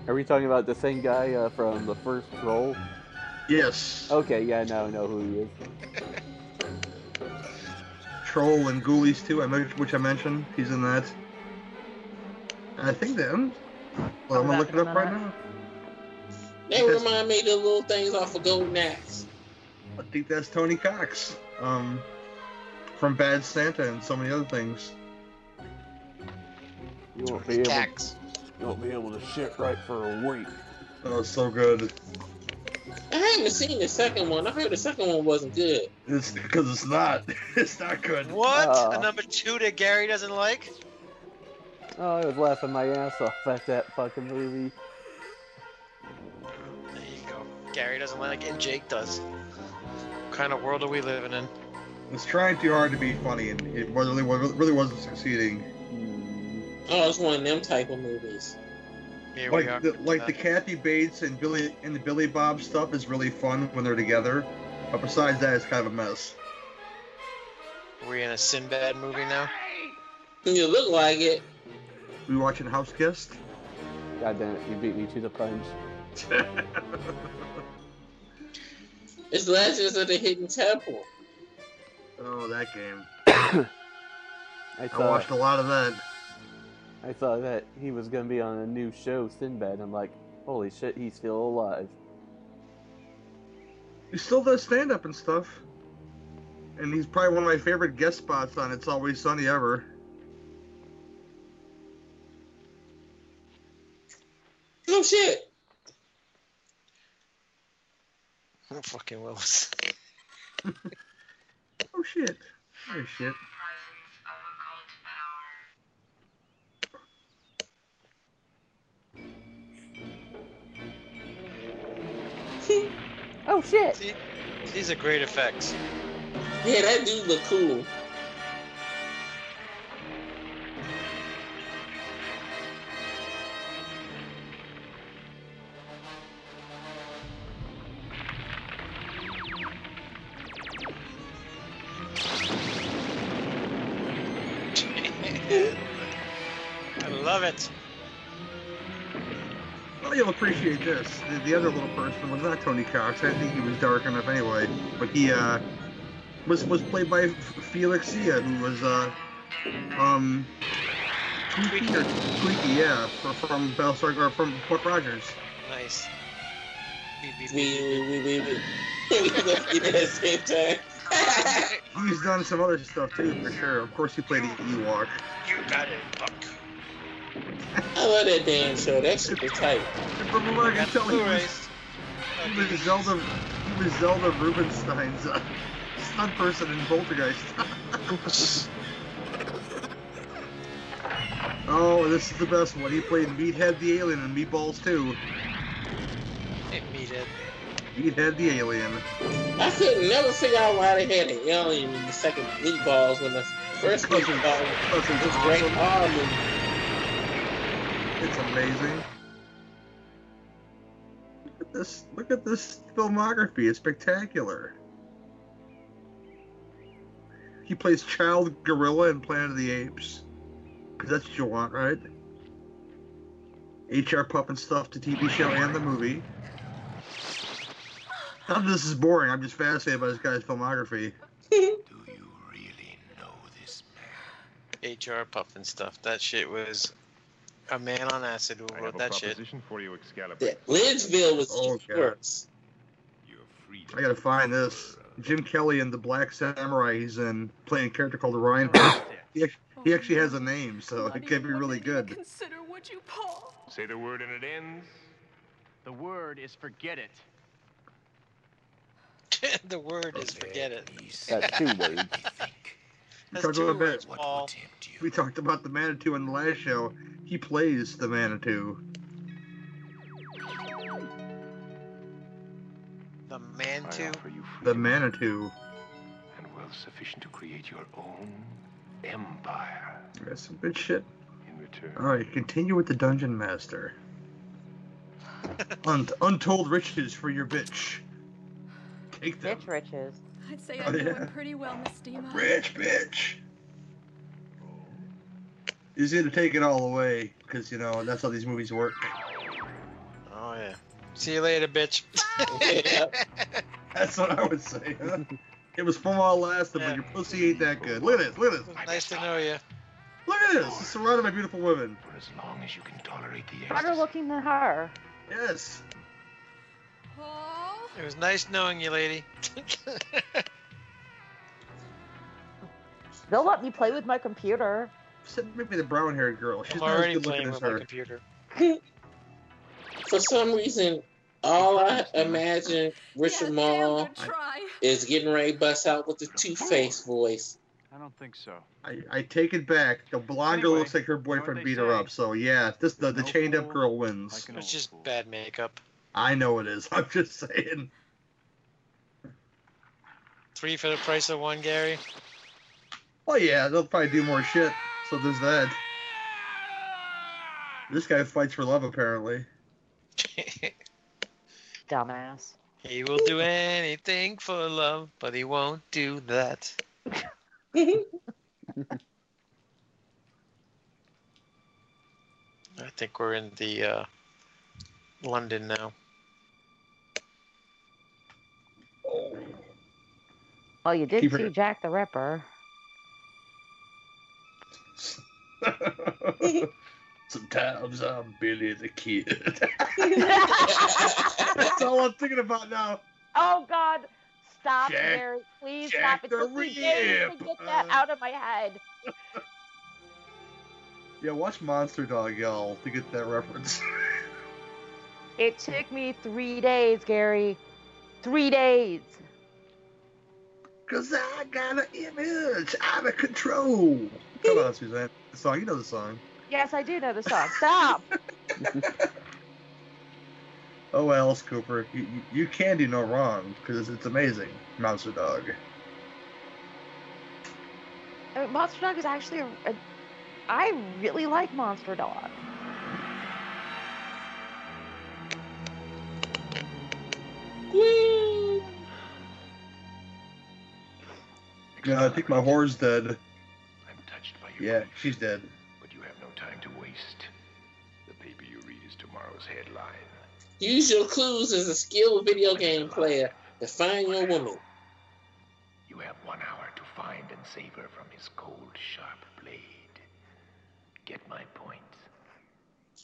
Are we talking about the same guy uh, from the first roll? Yes. Okay, yeah, now I know who he is. Troll and Ghoulies too, I men- which I mentioned. He's in that. And I think them. Well, I'm gonna look it up right now. They Because- remind me of the little things off of Golden Axe. I think that's Tony Cox. Um, from Bad Santa and so many other things. You won't be able, Tax. you won't be able to shit right for a week. Oh, it's so good. I haven't seen the second one. I heard the second one wasn't good. It's because it's not. It's not good. What? Uh. a number two that Gary doesn't like? Oh, I was laughing my ass off at that fucking movie. There you go. Gary doesn't like it, Jake does. What kind of world are we living in? It's trying too hard to be funny, and it really, really wasn't succeeding. Hmm. Oh, it's one of them type of movies. Here we are. like the, like the Uh, Kathy Bates and Billy and the Billy Bob stuff is really fun when they're together, but besides that, it's kind of a mess. we in a Sinbad movie now? You look like it. We watching House Guest? God damn it, you beat me to the punch. It's Legends of the Hidden Temple. Oh, that game. I I watched a lot of that. I saw that he was gonna be on a new show, Sinbad. I'm like, holy shit, he's still alive. He still does stand up and stuff. And he's probably one of my favorite guest spots on It's Always Sunny ever. No Oh, shit. Fucking Willis. Oh shit. Oh shit. Oh shit. See, these are great effects. Yeah, that dude look cool. I love it. Well, you'll appreciate this. The, the other little person was not Tony Cox. I think he was dark enough anyway. But he uh, was was played by F- Felixia, who was uh, um, Tweaky, or Tweaky yeah, fr- from Battlestar or from Buck Rogers. Nice. Beep, beep, beep. We we we we we. we look at the same time. He's done some other stuff too, for sure. Of course, he played the Ewok. You got it, Buck. I love that damn show. That shit was tight. And From what I can Got tell, the he was, Blu-rays. he was Zelda. He was Zelda Rubinstein's uh, stunt person in Poltergeist. oh, this is the best one. He played Meathead the Alien in Meatballs 2. Hey, meathead. Meathead the Alien. I could never figure out why they had an alien in the second Meatballs when the first Meatball Plus, was it's a great awesome. horror movie. It's amazing. Look at this. Look at this filmography. It's spectacular. He plays Child Gorilla in Planet of the Apes. 'Cause that's what you want, right? HR Pup and stuff to TV show and the movie. None of this is boring. I'm just fascinated by this guy's filmography. Do you really know this HR Puffin stuff. That shit was a man on acid who I have wrote a that shit. proposition for you, Excalibur. Yeah, Lidsville was Oh, the God. worst. You're free I gotta find this. Jim Kelly in The Black Samurai. He's in playing a character called Orion. he, act- he actually has a name, so it could be really good. Consider, would you, Paul? Say the word and it ends. The word is forget it. the word is forget it. That's two words. We That's talked, two about words, Man- Paul. we talked about the Manitou in the last show. He plays the Manitou. The man I too. offer you The freedom Manitou. and wealth sufficient to create your own empire. That's some good shit. In return, Alright, continue with the Dungeon Master. Un- untold riches for your bitch. Take them. Bitch riches. I'd say Oh, I'm yeah. doing pretty well, Miss Dima. Rich bitch. He's gonna take it all away, because, you know, that's how these movies work. Oh yeah. See you later, bitch. That's what I would say. Huh? it was from all last, but Yeah. your pussy ain't that good. Look at this, look at this, nice to know you. look at this. Surrounded by beautiful women. for as long as you can tolerate the Better ecstasy. looking than her. Yes. Paul? It was nice knowing you, lady. They'll let me play with my computer. Except maybe the brown haired girl. She's I'm not as already good playing looking as with my her. computer. For some reason, all I imagine Richard yeah, Mall Damn good try. is getting ready to bust out with the Two Face voice. I don't think so. I, I take it back. The blonde girl Anyway, looks like her what boyfriend they beat her say. up, so yeah, this the, the No chained up fool girl wins. like an It's old just fool. bad makeup. I know it is. I'm just saying. Three for the price of one, Gary. Oh yeah, they'll probably do more shit. So there's that. This guy fights for love apparently. Dumbass. he will do anything for love, but he won't do that. I think we're in the uh, London now. Well, you did Keep her- Oh, see Jack the Ripper. Sometimes I'm Billy the Kid. That's all I'm thinking about now. Oh God, stop, Jack- Mary! Please Jack stop. It the took me days Rip. to get that Uh, out of my head. Yeah, watch Monster Dog, y'all, to get that reference. It took me three days, Gary. Three days. Cause I got an image out of control. Come on, Suzanne. The song, you know the song. Yes, I do know the song. Stop. Oh, Alice Cooper, you, you, you can do no wrong because it's amazing. Monster Dog. I mean, Uh, Monster Dog is actually a, a. I really like Monster Dog. Woo! Yeah, Uh, I think my whore's dead. I'm touched by your Yeah, grief, she's dead. but you have no time to waste. The paper you read is tomorrow's headline. Use your clues as a skilled video game player to find your woman. You have one hour to find and save her from his cold, sharp blade. Get my point.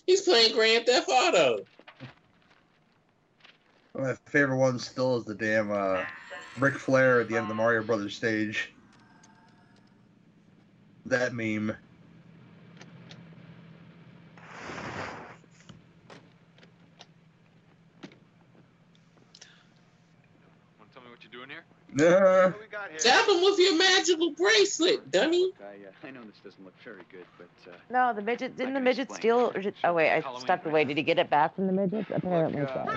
He's playing Grand Theft Auto. One of my favorite one still is the damn uh, Ric Flair at the end of the Mario Brothers stage. That meme. Want to tell me what you're doing here? Nah. What we got here? Tap him with your magical bracelet, dummy. I, uh, I know this doesn't look very good, but uh, No, the midget didn't the can midget explain. steal? Or did, oh wait, I Halloween stepped away. Did he get it back from the midgets? Apparently Look, uh,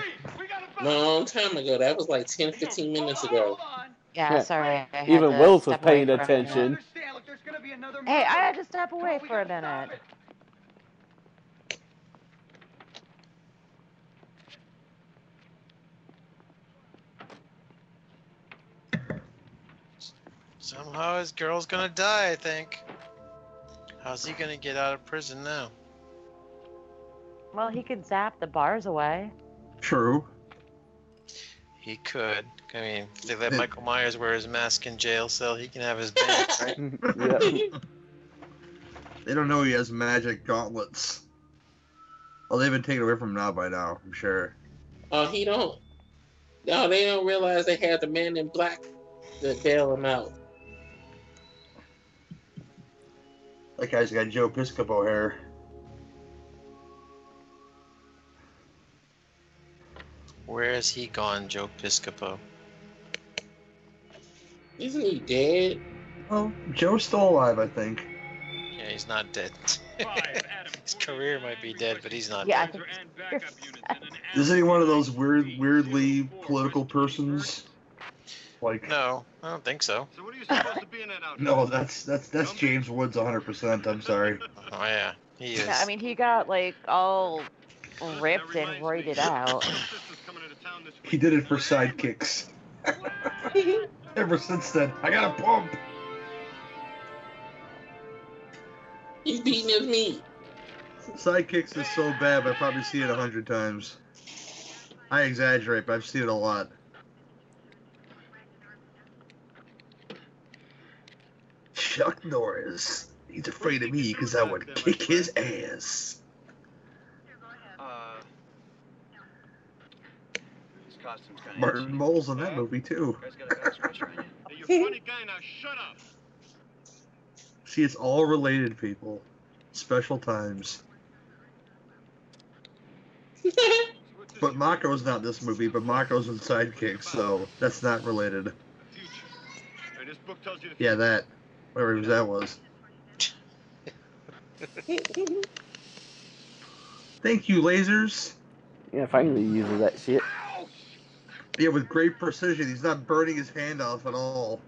so. Long time ago. That was like 10, 15 minutes ago. Yeah, Yeah. sorry. I had Even to Wills was step away paying for a minute. attention. Hey, I had to step away for a minute. Somehow his girl's gonna die, I think. How's he gonna get out of prison now? Well, he could zap the bars away. True. He could. I mean, they let Hmm. Yeah. Michael Myers wear his mask in jail, so he can have his band, right? yeah. They don't know he has magic gauntlets. Well, they've been taken away from him now by now, I'm sure. Oh, he don't. No, they don't realize they had the man in black to bail him out. That guy's got Joe Piscopo hair. Where has he gone, Joe Piscopo? Isn't he dead? Well, Joe's still alive, I think. Yeah, he's not dead. his career might be dead, but he's not Yeah, I dead. think Is he one of those weird, weirdly political persons? Like, No, I don't think so. so what are you supposed to be in it out no, that's that's that's James Woods 100%. I'm sorry. Oh yeah, he is. Yeah, I mean, he got like all ripped and roided out. He did it for sidekicks. Ever since then, I got a pump. He's beating his meat. Sidekicks is so bad, but I probably see it a hundred times. I exaggerate, but I've seen it a lot. Chuck Norris. He's afraid of me because I would kick his ass. Uh, his costume's kinda Martin itchy. Mole's in that movie too. You guys got a bad scratch on you? See, it's all related, people. Special times. But Mako's not in this movie, but Mako's in Sidekicks, so that's not related. Yeah, that. Whatever that was. Thank you, lasers. Yeah, finally uses that shit. Yeah, with great precision. He's not burning his hand off at all.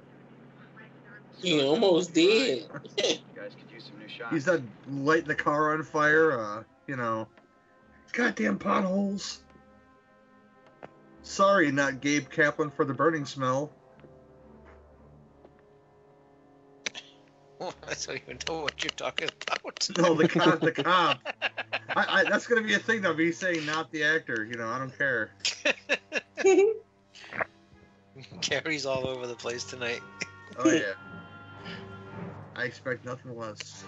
He almost dead. You guys could use some new shots. He's not lighting the car on fire. Uh, you know, goddamn potholes. Sorry, not Gabe Kaplan for the burning smell. I don't even know what you're talking about. No, the cop. The cop. I, I, that's gonna be a thing though. Me saying not the actor. You know, I don't care. Gary's all over the place tonight. Oh yeah. I expect nothing less.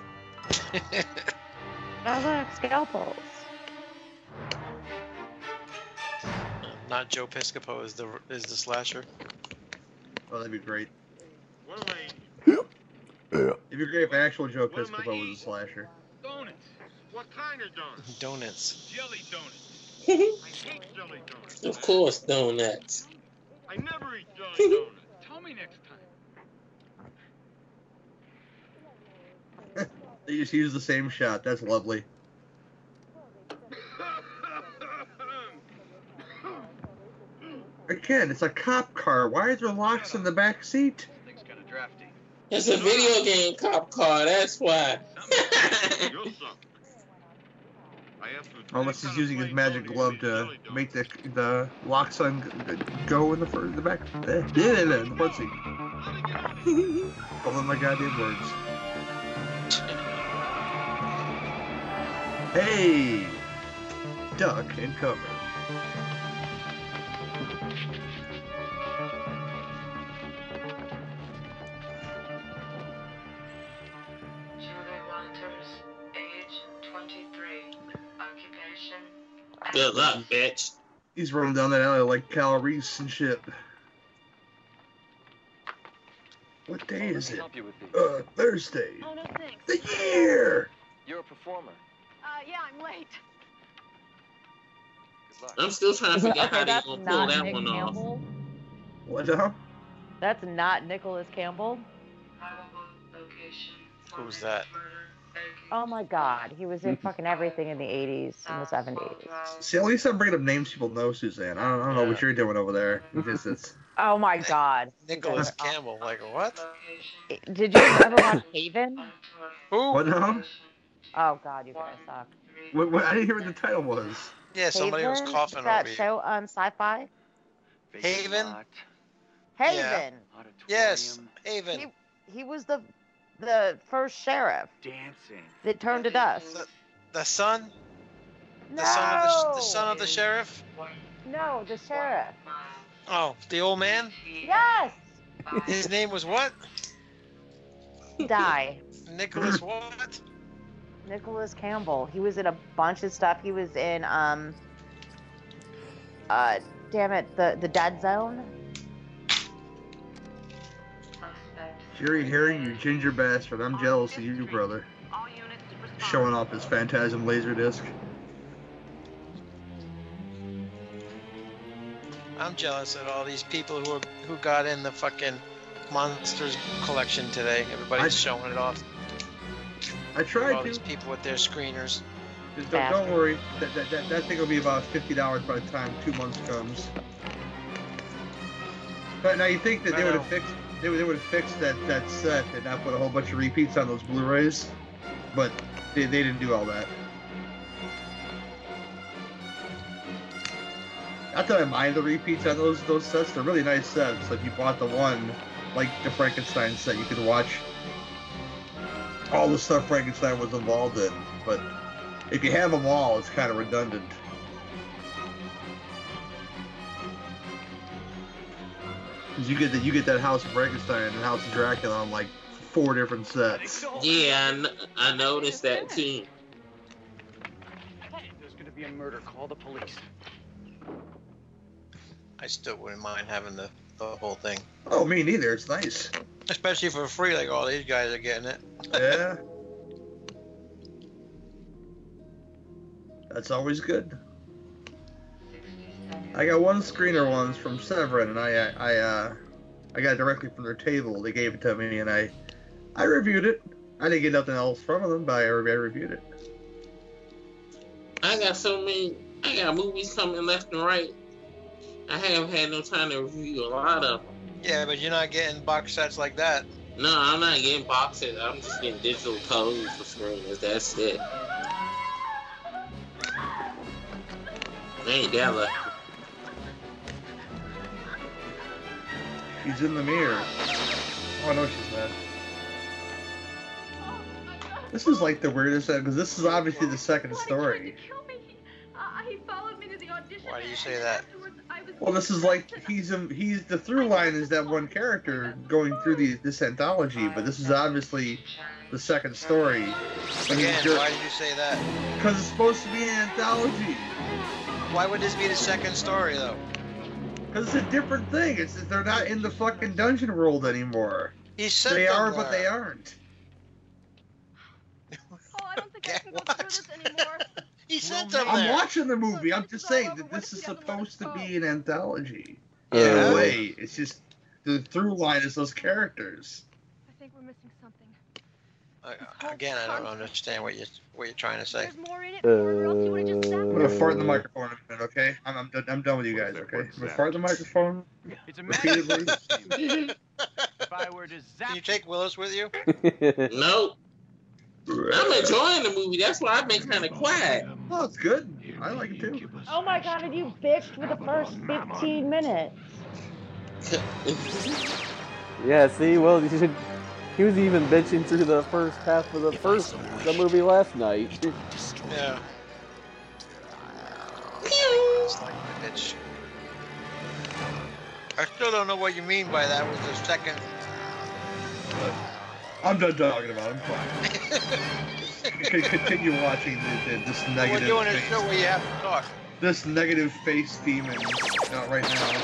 Oh, look, scalpels. Not Joe Piscopo is the is the slasher. Oh, that'd be great. What am I eating? It'd be great if actual Joe Piscopo was a slasher. Donuts. What kind of donuts? Donuts. Jelly donuts. I hate jelly donuts. Of course, donuts. I never eat jelly donuts. Tell me next time. They just use the same shot. That's lovely. Again, it's a cop car. Why are there locks in the back seat? Thing's kind of drafty. It's a video game cop car. That's why. You'll suck. I have food. Unless he's using his magic glove to make the the locks on go in the fir- the back. eh, Yeah, yeah, yeah. Let's see. All my goddamn words. Hey, duck and cover. Jordan Walters, age 23, occupation. Good luck, bitch. He's running down that alley like Cal Reese and shit. What day Let is me it? help you with these. Uh, Thursday. Oh, no thanks. The year. You're a performer. Uh, yeah, I'm late. Good luck. I'm still trying to Okay, figure out how they're that's gonna pull not that Nick one off. Campbell. What now? That's not Nicholas Campbell. Probable location. Who's that? Oh my God, he was in fucking everything in the 80s and the 70s. See, at least I'm bringing up names people know, Suzanne. I don't, I don't know what you're doing over there. Because it's Oh my God. Nicholas Campbell. Like what? Did you ever watch Haven? Who? what now? Oh God, you guys suck. What, what, I didn't hear what the title was. Yeah, somebody was Haven? coughing that over you. show on Sci-Fi. Haven? Vacant lot, Haven. auditorium, Yes, Haven. He, he was the the first sheriff Dancing. that turned to dust. The son. No, The son of the, the son of the sheriff. no, the sheriff. Oh, the old man. Yes, His name was what? die. Nicholas what? Nicholas Campbell. He was in a bunch of stuff. He was in um. Uh, damn it, the the Dead Zone. Jerry Herring, you ginger bastard. I'm jealous of you, brother. All units respond. Showing off his Phantasm laser disc. I'm jealous at all these people who are, who got in the fucking monsters collection today. Everybody's I- showing it off. I All tried to. these people with their screeners. Just don't, don't worry. That, that, that, that thing will be about fifty dollars by the time two months comes. But now you think that I they would know. have fixed they, would- they would have fixed that, that set and not put a whole bunch of repeats on those Blu-rays, but they, they didn't do all that. Not that I mind the repeats on those those sets. They're really nice sets. If you bought the one, like the Frankenstein set, you could watch all the stuff Frankenstein was involved in. But if you have them all, it's kind of redundant. Cause you get that you get that House of Frankenstein and House of Dracula on like four different sets. Yeah, I, kn- I noticed that too. Hey, there's gonna be a murder. Call the police. I still wouldn't mind having the, the whole thing, Oh, me neither. It's nice. especially for free. Like all these guys are getting it. Yeah. That's always good. I got one screener once from Severin, and I, I, I, uh, I got it directly from their table. They gave it to me, and I, I reviewed it. I didn't get nothing else from them, but I, re- I reviewed it. I got so many. I got movies coming left and right. I haven't had no time to review a lot of. Them. Yeah, but you're not getting box sets like that. No, I'm not getting boxes. I'm just getting digital codes for screeners. That's it. I ain't that lucky. She's in the mirror. Oh no, she's not. Oh, This is like the weirdest because this is obviously the second He story. tried to kill me. He- Uh, he followed me to the audition. Why do you say and that? afterwards I was Well, this is like he's a, he's Oh, the through line is that one character going through the, this anthology, but this is obviously the second story. Again, why did you say that? Because it's supposed to be an anthology. Why would this be the second story though? Because it's a different thing. It's that they're not in the fucking dungeon world anymore. He said They them are, but there. they aren't. Oh, I don't think I can go through this anymore. He sent them I'm there. watching the movie. I'm just saying that this is supposed to be an anthology. In Yeah. a way, it's just the through line is those characters. I think we're missing something. Uh, Again, I don't understand what you what you're trying to say. There's more in it. I'm gonna fart in the microphone in a minute, okay? I'm, I'm, done, I'm done with you guys, okay? I'm gonna fart in the microphone It's a magic repeatedly. if I were to zap Can you take Willis with you? Nope. I'm enjoying the movie. That's why I've been kind of quiet. Um, Oh, it's good. I like it too. Oh my god, and you bitched for the first 15 minutes. Yeah, see, well, you should. He was even bitching through the first half of the first the movie last night. Yeah. It's like, bitch. I still don't know what you mean by that with the second. I'm done talking about it. I'm fine. C- Continue watching the, the, this We're negative doing a face, show where you have to talk. this negative face theme and not right now.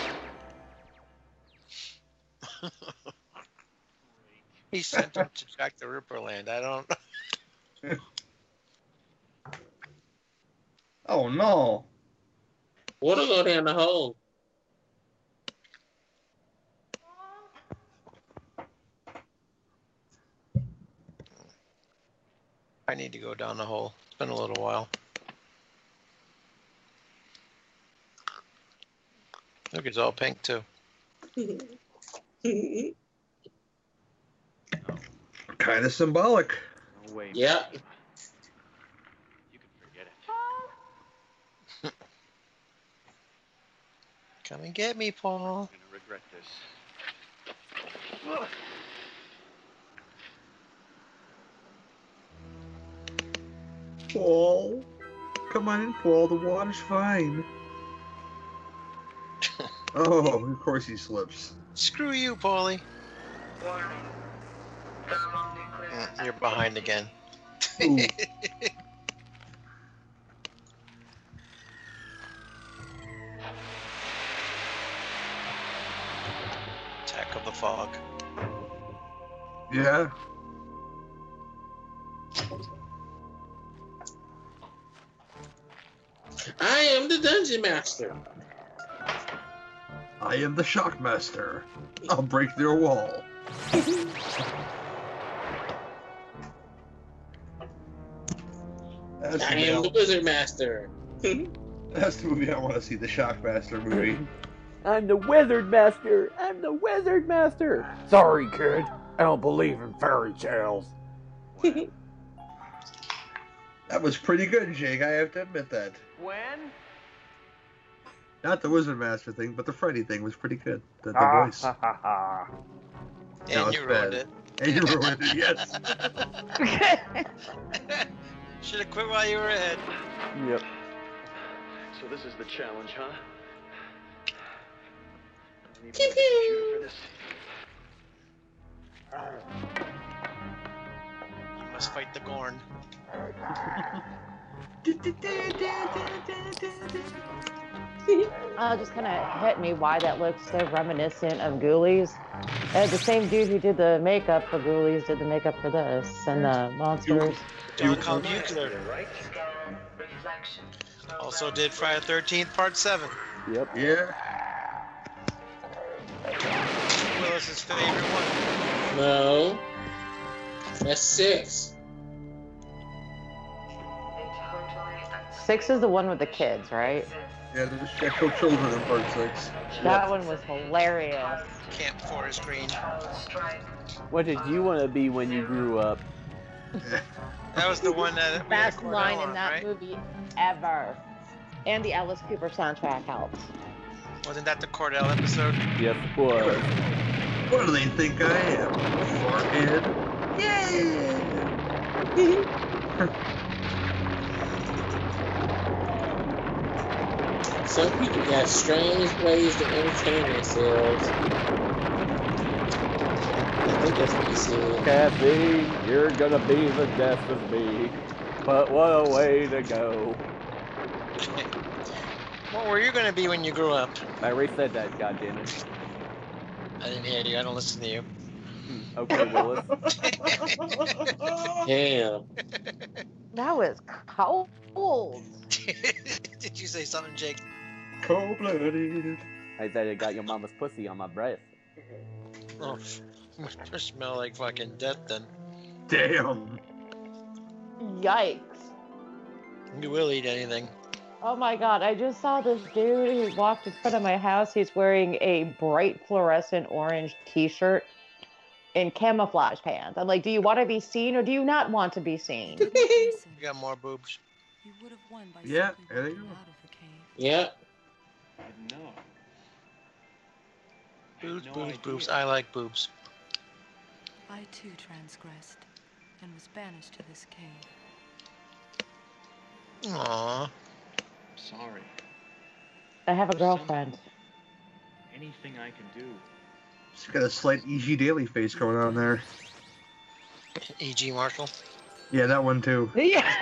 He sent him to Jack the Ripper land. I don't. Oh no. Water go down the hole. I need to go down the hole. It's been a little while. Look, it's all pink too. Kind of symbolic. No way. yep. You can forget it. Come and get me, Paul. I'm gonna regret this. Paul. Come on in, Paul. The water's fine. oh, of course he slips. Screw you, Paulie. Warning. Thermonuclear Mm, You're behind again. Ooh. Attack of the fog. Yeah. I am the dungeon master. I am the Shockmaster. I'll break their wall. That's I the, am the movie wizard master. I- that's the movie I want to see, the Shockmaster movie. I'm the wizard master. I'm the wizard master. Sorry, kid. I don't believe in fairy tales. That was pretty good, Jake. I have to admit that. When? Not the Wizard Master thing, but the Freddy thing was pretty good. The, the Ah, voice. ha, ha, ha. No, and it's you ruined bad. And you ruined it, yes. it. Should have quit while you were ahead. Yep. So this is the challenge, huh? I need a computer for this. You must fight the Gorn. Uh, just kind of hit me why that looks so reminiscent of Ghoulies. Uh, the same dude who did the makeup for Ghoulies did the makeup for this and the monsters. John Computer scan reflection. No also valid did Friday Thirteenth Part Seven. Yep. Yeah. Willis's favorite one. No. That's six. It totally accepts Six is the one with the kids, right? Yeah, there's Jacko Children in part six. That one was hilarious. Camp Forest Green. strike. What did you want to be when you grew up? That was the one that we had a Best Cornell line in on, that right? movie ever. And the Alice Cooper soundtrack helps. Wasn't that the Cordell episode? Yes, was. What do they think I am? A Farthead? Yeah! Some people got strange ways to entertain themselves. If I definitely seen it. Kathy, you're gonna be the death of me. But what a way to go. What were you gonna be when you grew up? I already said that, goddammit. I didn't hear you. I don't listen to you. Okay, Willis. Damn. That was cold. Did you say something, Jake? Cold blooded. I said I got your mama's pussy on my breath. Oh, you smell like fucking death then. Damn. Yikes. You will eat anything. Oh my god, I just saw this dude who walked in front of my house. He's wearing a bright fluorescent orange t shirt and camouflage pants. I'm like, do you want to be seen or do you not want to be seen? You got more boobs. You would have won by Yeah, sneaking there you go. out of the cave. Yeah. No. Boobs, No boobs, idea. boobs. I like boobs. I too transgressed and was banished to this cave. Aww. Sorry. I have a girlfriend. Anything I can do. She's got a slight EG Daily face going on there. E.G. E Marshall. Yeah, that one too. Yeah.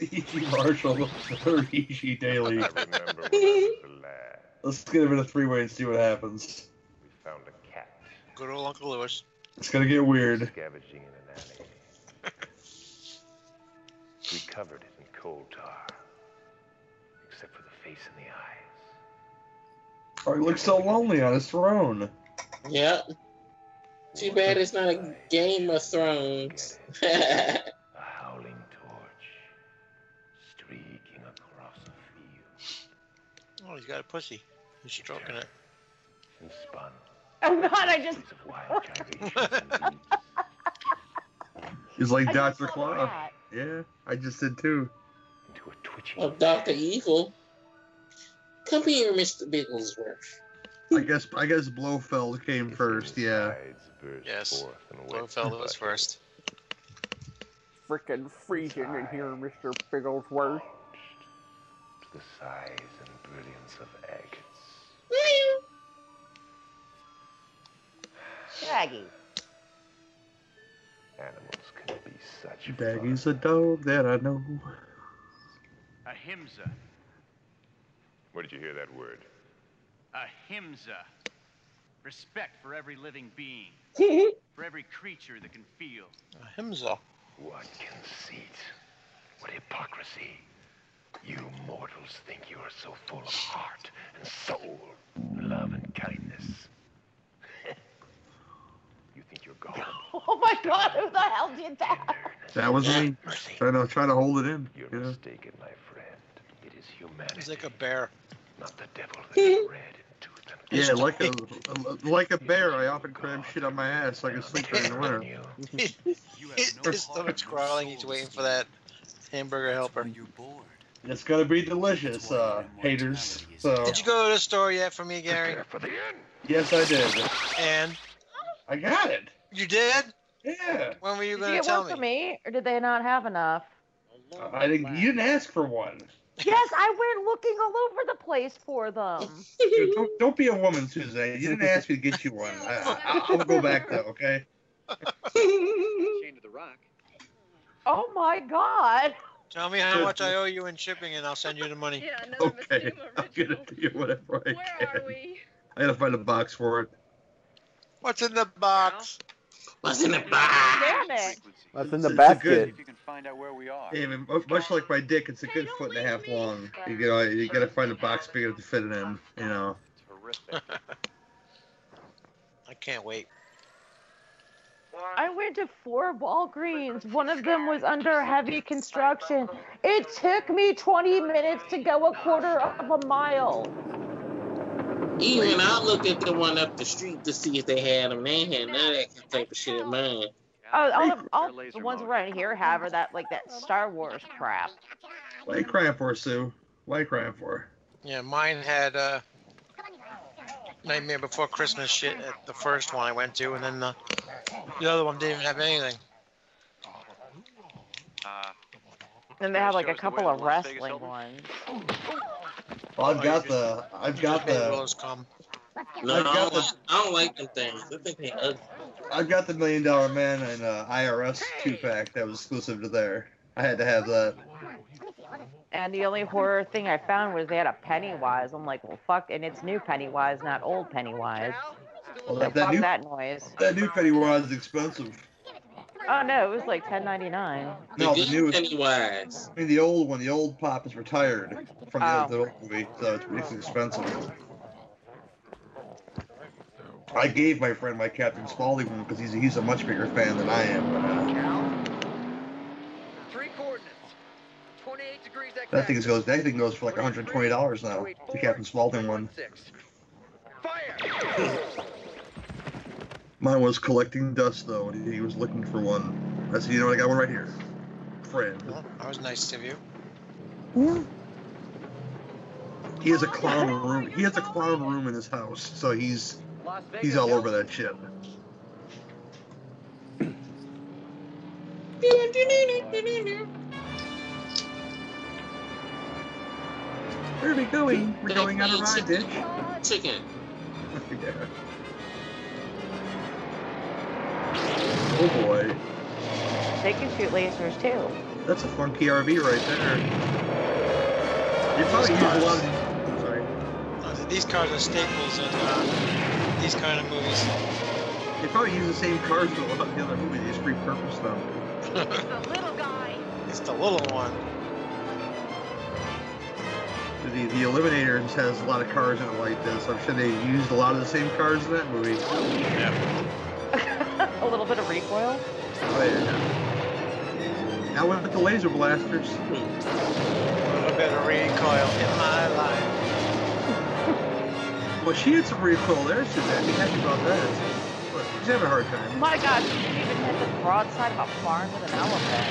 EG E Marshall or EG Daily. I remember when I was a lad, Let's give it a three way and see what happens. we found a cat Good old Uncle Lewis. It's gonna get weird. scavenging in an alley. We covered it in coal tar, except for the face and the eyes. Oh, he looks so lonely on his throne. Yeah. Too bad it's not a Game of Thrones. That's A howling torch streaking across a field Oh, he's got a pussy. He's stroking it. and spun Oh god, I just. of wild gyrations and leaps. He's like I just Dr. saw Claw. that. Yeah, I just did too. into a twitching of Doctor Evil. Come here, Mr. Bigglesworth. I guess I guess Blofeld came first, yeah. Yes. Blofeld was first. Frickin' freezing in here, Mr. Bigglesworth. to the size and brilliance of agates. Shaggy. Animals can be such Daggy's a fun. dog that I know. Ahimsa. Where did you hear that word? Ahimsa. Respect for every living being, for every creature that can feel. Himzo. What conceit. What hypocrisy. You mortals think you are so full of heart and soul, love and kindness. you think you're God, Oh my god, who the hell did that? That was me. mercy. Trying to try to hold it in. You're Yeah. mistaken, my friend. It is humanity, He's like a bear. not the devil that is red in tooth and Yeah, like a like a bear, I often cram shit on my ass so I can sleep during the winter. You. You His have no his heart, stomach's no growling. He's soul. waiting for that hamburger That's helper. why You're bored. It's gonna be delicious, uh, haters. So Did you go to the store yet for me, Gary? Prepare for the end. yes, I did. And I got it. you did? Yeah. When were you Did you gonna get tell one me? for me, or did they not have enough? I didn't. You didn't ask for one. Yes, I went looking all over the place for Mm-hmm. them. Dude, don't, don't be a woman, Suzanne. You didn't ask me to get you one. I, I, I'll go back though. Okay. Chained to the rock. Oh my god. Tell me how much I owe you in shipping, and I'll send you the money. Yeah, another Okay. I'm gonna do whatever I Where are can. we? I gotta find a box for it. What's in the box? What's in the box? Damn it. Frequency. That's in It's the a See good- basket. if you can find out where we are. Damn, it- much like my dick, it's a good foot and a half long. You gotta, you gotta find a box big enough to fit it in. You know. Terrific. I can't wait. I went to four Walgreens. One of them was under heavy construction. It took me 20 minutes to go a quarter of a mile. Even I looked at the one up the street to see if they had them. They had none of that type of shit in mind. Oh, all, of, all Laser the ones mode. around here have are that like that Star Wars crap. What are you crying for, Sue? What are you crying for? Yeah, mine had uh, Nightmare Before Christmas shit at the first one I went to, and then the, the other one didn't even have anything. Uh, And they have like a Shows the couple way of the Las Vegas wrestling Open. ones. Oh, Well, I've got the, I've Just got made the, Willis come. No, I don't, like, I don't like them things. I think they ugly. I've got the Million Dollar Man and uh, IRS two pack that was exclusive to there. I had to have that. And the only horror thing I found was they had a Pennywise. I'm like, well, fuck, and it's new Pennywise, not old Pennywise. Like, Well, Oh, that, that fuck new that noise. that new Pennywise is expensive. Oh no, it was like 10.99. No, the good new Pennywise. I mean, the old one, the old pop is retired from the, Oh. the old movie, so it's, it's expensive. I gave my friend my Captain Spaulding one because he's he's a much bigger fan than I am. But, uh, Three coordinates. 28 degrees exact. that thing is goes that thing goes for like 120 dollars now. Oh, The Captain Spaulding one. Mine was collecting dust though, and he was looking for one. I said, you know what, I got one right here, friend. Well, that was nice of you. He has a clown room. He has a clown room in his house, so he's he's all over that shit. Where are we going? We're going on a ride, bitch. Chicken. Yeah. Oh boy, They can shoot lasers too. that's a funky RV right there. You probably use a lot. Of, I'm sorry. Uh, These cars are staples in uh, these kind of movies. They probably use the same cars in a lot of the other movies. They just repurpose them. It's the little one. The, the Eliminator just has a lot of cars in it like this. I'm sure they used a lot of the same cars in that movie. a little bit of recoil. Oh yeah. Now with the laser blasters. A bit of recoil in my life. Well, she had some recoil there, so I'd be happy about that. But she's having a hard time. My God, she didn't even hit the broadside of a barn with an elephant.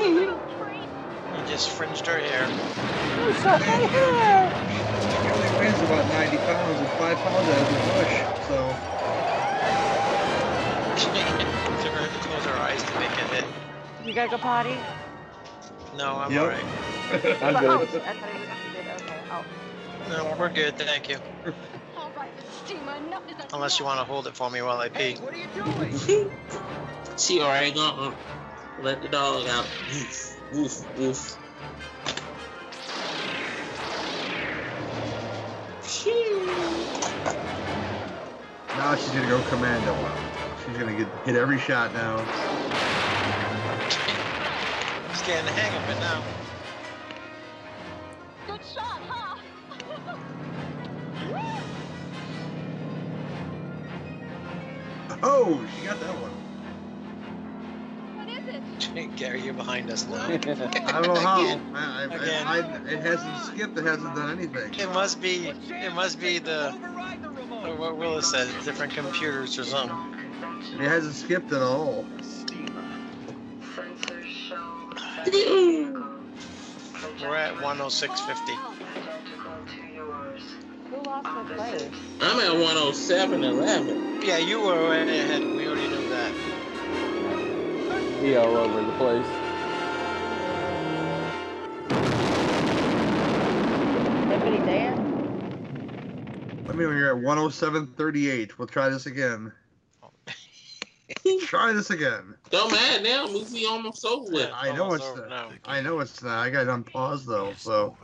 You just fringed her hair. She only weighs about 90 pounds and 5 pounds out of the bush, so. She had to close her eyes to make it hit. You gotta go potty? No, I'm Yep. alright. Oh, I I'm thought good. it was needed. Okay. Oh. No, we're good, thank you. All right, the steamer. Enough is enough. Unless you want to hold it for me while I pee. What are you doing? She already gone. Let the dog out. Woof, woof, woof. Now she's gonna go commando. She's gonna get hit every shot now. Just getting the hang of it now. Good shot, huh? Oh, she got that one. what is it? Gary, you're behind us now. I don't know how. I, I, Again. I, I, it hasn't skipped. It hasn't done anything. It must be. It must be the. or What Willis said, different computers or something. It hasn't skipped at all. Sensors show We're at 106.50. identical to yours. Who lost their place? I'm at 107 11. Yeah, you were right ahead. We already knew that. He all over the place. Everybody Dan? Let me know when you're at 107.38. We'll try this again. try this again. Don't matter now. Movie almost over with. I know Almost it's over the- now. I know it's not. I got it on pause though, so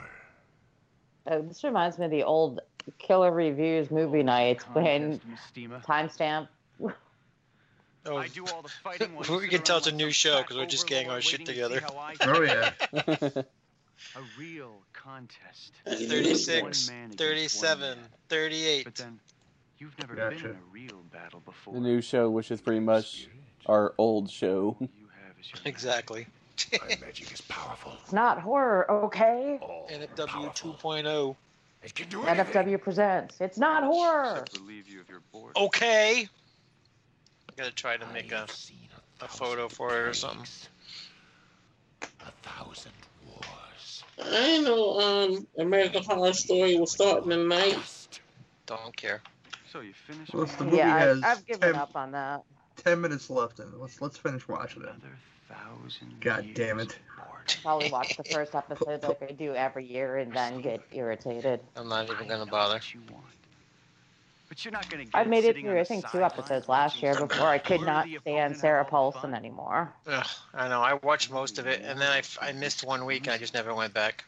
Oh, this reminds me of the old Killer Reviews movie nights when timestamp. Oh, I do all the fighting while you We sit can tell around it's a like new some show fat 'cause we're just getting our overlord shit waiting to see together. how I do. oh yeah. A real contest. One 36, man against 37, one man. But 38. then, you've never Gotcha. been in a real battle before. The new show, which is pretty much our old show. You have is your magic. Exactly. My magic is powerful. It's not horror, okay? All NFW powerful. 2.0. It can do anything. NFW presents. It's not horror. Except relieve you of your boredom. Oh. Okay. I gotta try to make I a. have seen a photo thousand for it or something. plagues, A thousand wars. I didn't know um, American Horror Story was starting tonight. Don't care. So you finish Well, it's the with movie Yeah, has I, I've given ten- up on that. Ten minutes left, and let's let's finish watching it. another thousand God years damn of it. boredom. Probably watch the first episode like I do every year and then get irritated. I'm not I even know gonna bother. what you want. But you're not going to get I made it sitting on through, I the think, two sideline episodes last year before I could not stand Sarah Paulson anymore. Ugh, I know. I watched most of it, and then I, f- I missed one week, and I just never went back.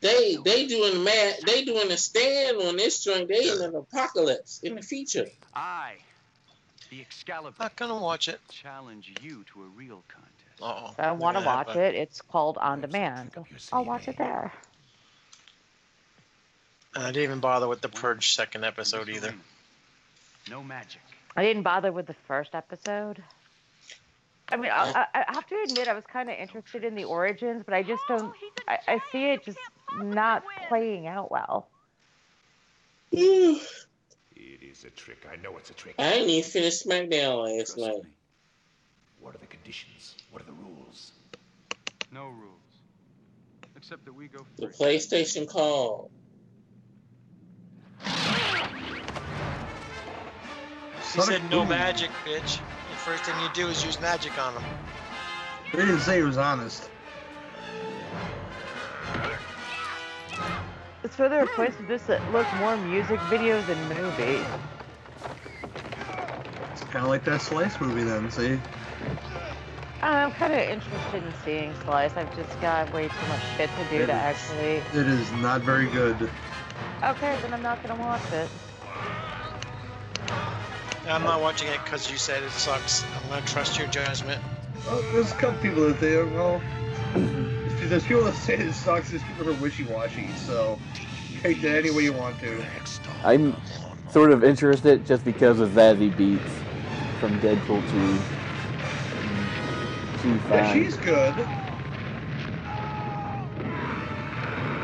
They they doing the mad they doing a stand on this joint. They in an apocalypse in the future. I, the Excalibur. Not gonna watch it. Challenge you to a real contest. Oh, I want to watch it. It's called On Demand. I'll watch it there. And I didn't even bother with the Purge second episode either. No magic. I didn't bother with the first episode. I mean, I, I, I have to admit, I was kind of interested in the origins, but I just don't. I, I see it just not playing out well. I It is a trick. I know it's a trick. ain't even finished SmackDown last night. What are the conditions? What are the rules? No rules. Except that we go The PlayStation call. She said no magic, bitch. The first thing you do is use magic on them. They didn't say he was honest. It's for the request of this that look more music videos than movies. It's kind of like that Slice movie then, see? Uh, I'm kind of interested in seeing Slice. I've just got way too much shit to do It is. to actually. It is not very good. Okay, then I'm not gonna watch it. I'm not watching it because you said it sucks. I'm gonna trust your judgment. Well, Uh, there's a couple people that they well, there's people that say it sucks. There's people that are wishy-washy. So take that any way you want to. I'm sort of interested just because of Zazie Beats from Deadpool 2. She's fine. Yeah, she's good.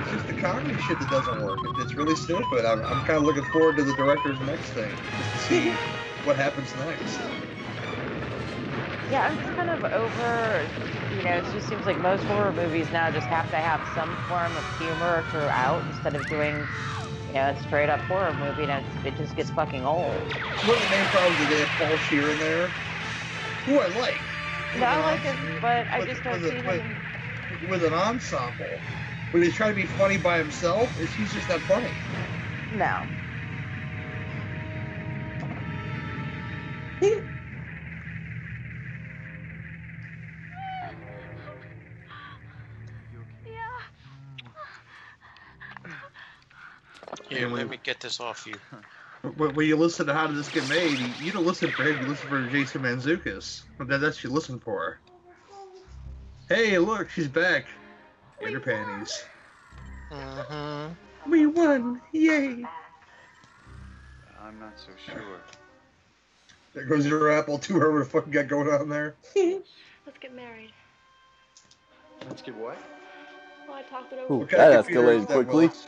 It's just the comedy shit that doesn't work. It's really stupid. I'm, I'm kind of looking forward to the director's next thing just to see what happens next. Yeah, I'm just kind of over. You know, it just seems like most horror movies now just have to have some form of humor throughout instead of doing, you know, a straight up horror movie. And it just gets fucking old. One of the main problems is they have Paul Shear in there, who I like. No, I like it, but I just don't with, see a- him. with, with an ensemble. When he's trying to be funny by himself, it's, he's just not funny. No. Here, let me get this off you. When, when you listen to How Did This Get Made, you, you don't listen for him, you listen for Jason Manzukis. That, that's what you listen for. Hey, look, she's back. In her panties. Mm-hmm. We won! Yay! I'm not so sure. There goes your apple too, whatever the fuck you got going on there. Let's get married. Let's get what? Well, I talked it Ooh, over. that computer, escalated that quickly. was.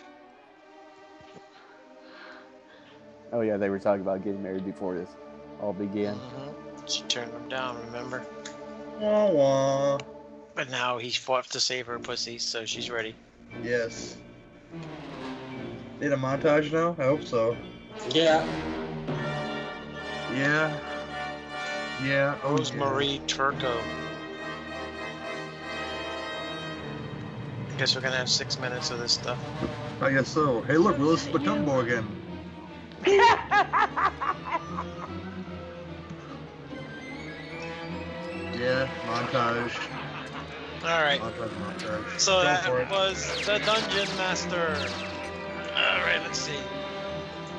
Oh yeah, they were talking about getting married before this all began. Mm-hmm. She turned him down, remember? Wah, wah. But now he fought to save her pussy, so she's ready. Yes. Need a montage now? I hope so. Yeah. Yeah. Yeah. Oh, Rosemarie Turco. I guess we're gonna have six minutes of this stuff. yeah. I guess so. Hey, look, we're listening to Dumbo again. Yeah, montage. Alright, Montage, montage. so uh, Go for that it. was the Dungeon Master. Alright, let's see.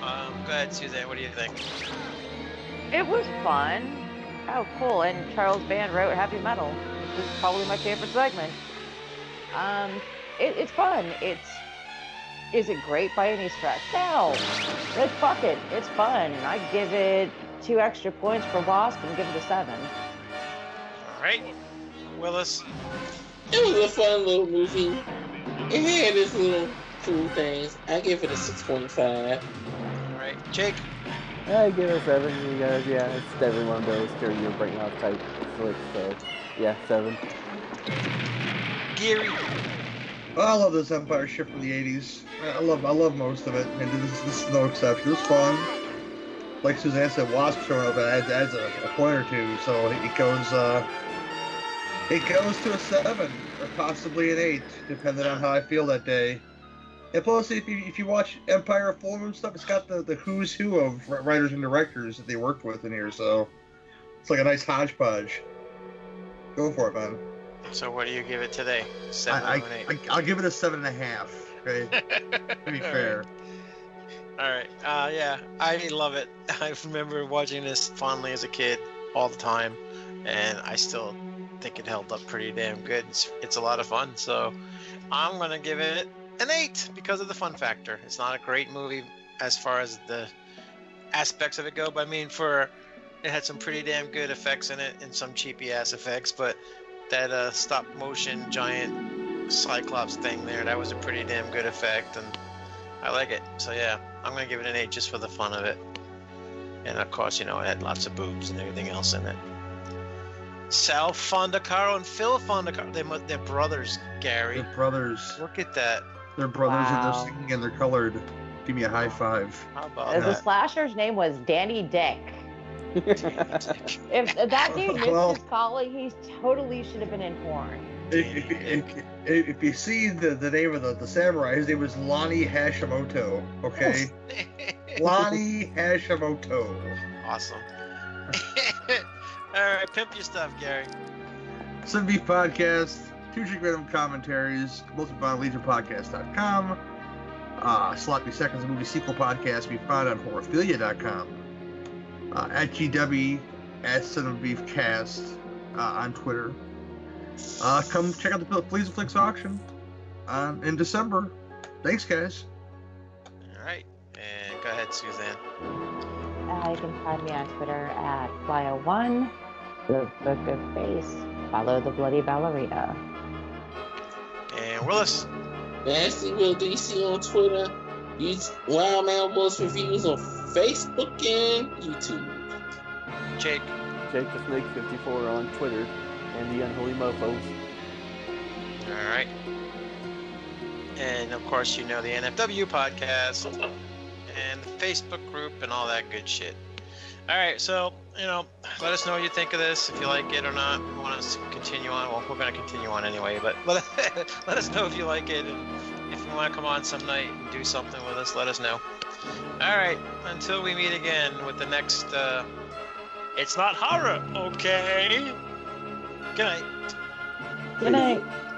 Um, go ahead, Suzanne, what do you think? It was fun. Oh, cool. And Charles Band wrote Happy Metal, which is probably my favorite segment. Um, it, it's fun. It's is it great by any stretch? No. It's fuck it. It's fun. And I give it two extra points for Wasp and give it a seven. Alright, Willis. It was a fun little movie. It had its little cool things. I give it a six point five. Alright, Jake. I give it a seven because yeah, it's definitely one of those during your brain off type flicks. So yeah, seven. Geary. Oh, I love this Empire ship from the '80s. I- I love, I love most of it, and this, this is no exception. It's fun. Like Suzanne said, Wasp showing up adds, adds a, a point or two, so it goes, uh, it goes to a seven or possibly an eight, depending on how I feel that day. And plus, if you, if you watch Empire of Full Moon stuff, it's got the, the who's who of wri- writers and directors that they worked with in here, so it's like a nice hodgepodge. Go for it, man. So what do you give it today? Seven I, or an eight? I, I, will give it a seven and a half. Okay, to be fair. All right. Uh, yeah, I love it. I remember watching this fondly as a kid, all the time, and I still think it held up pretty damn good. It's, it's a lot of fun, so I'm gonna give it an eight because of the fun factor. It's not a great movie as far as the aspects of it go, but I mean, for it had some pretty damn good effects in it and some cheapy ass effects, but that uh, stop motion giant cyclops thing there, that was a pretty damn good effect, and I like it. So yeah, I'm gonna give it an eight just for the fun of it. And of course, you know, it had lots of boobs and everything else in it. Sal Fondacaro and Phil Fondacaro, they mu- they're brothers, Gary. They're brothers. Look at that. They're brothers and Wow. they're singing and they're colored. Give me a high five. How about The that? slasher's name was Danny Dick. If that dude missed Well- his calling, he totally should have been in porn. If, if, if, if you see the, the name of the, the samurai, his name was Lonnie Hashimoto. Okay? Lonnie Hashimoto. Awesome. All right, pimp your stuff, Gary. 7 Beef Podcast, two Drink Random Commentaries, multiple on legionpodcast.com. Uh, Sloppy Seconds Movie Sequel Podcast be found on horophilia.com. Uh, at GW, at 7 Beef Cast uh, on Twitter. Uh, come check out the Please and Flicks auction um, in December. Thanks, guys. All right, and go ahead, Suzanne. Uh, you can find me on Twitter at Flyo1. The Book of Face. Follow the Bloody Ballerina. And Willis. Nasty Will DC on Twitter. You Wild Man Wolf reviews on Facebook and YouTube. Jake. Jake the Snake 54 on Twitter and the Unholy Mofos. All right. And of course, you know the NFW podcast and the Facebook group and all that good shit. All right, so, you know, let us know what you think of this, if you like it or not. We want us to continue on. Well, we're going to continue on anyway, but let, let us know if you like it. And if you want to come on some night and do something with us, let us know. All right, until we meet again with the next. Uh, it's not horror, okay? Good night. Good night.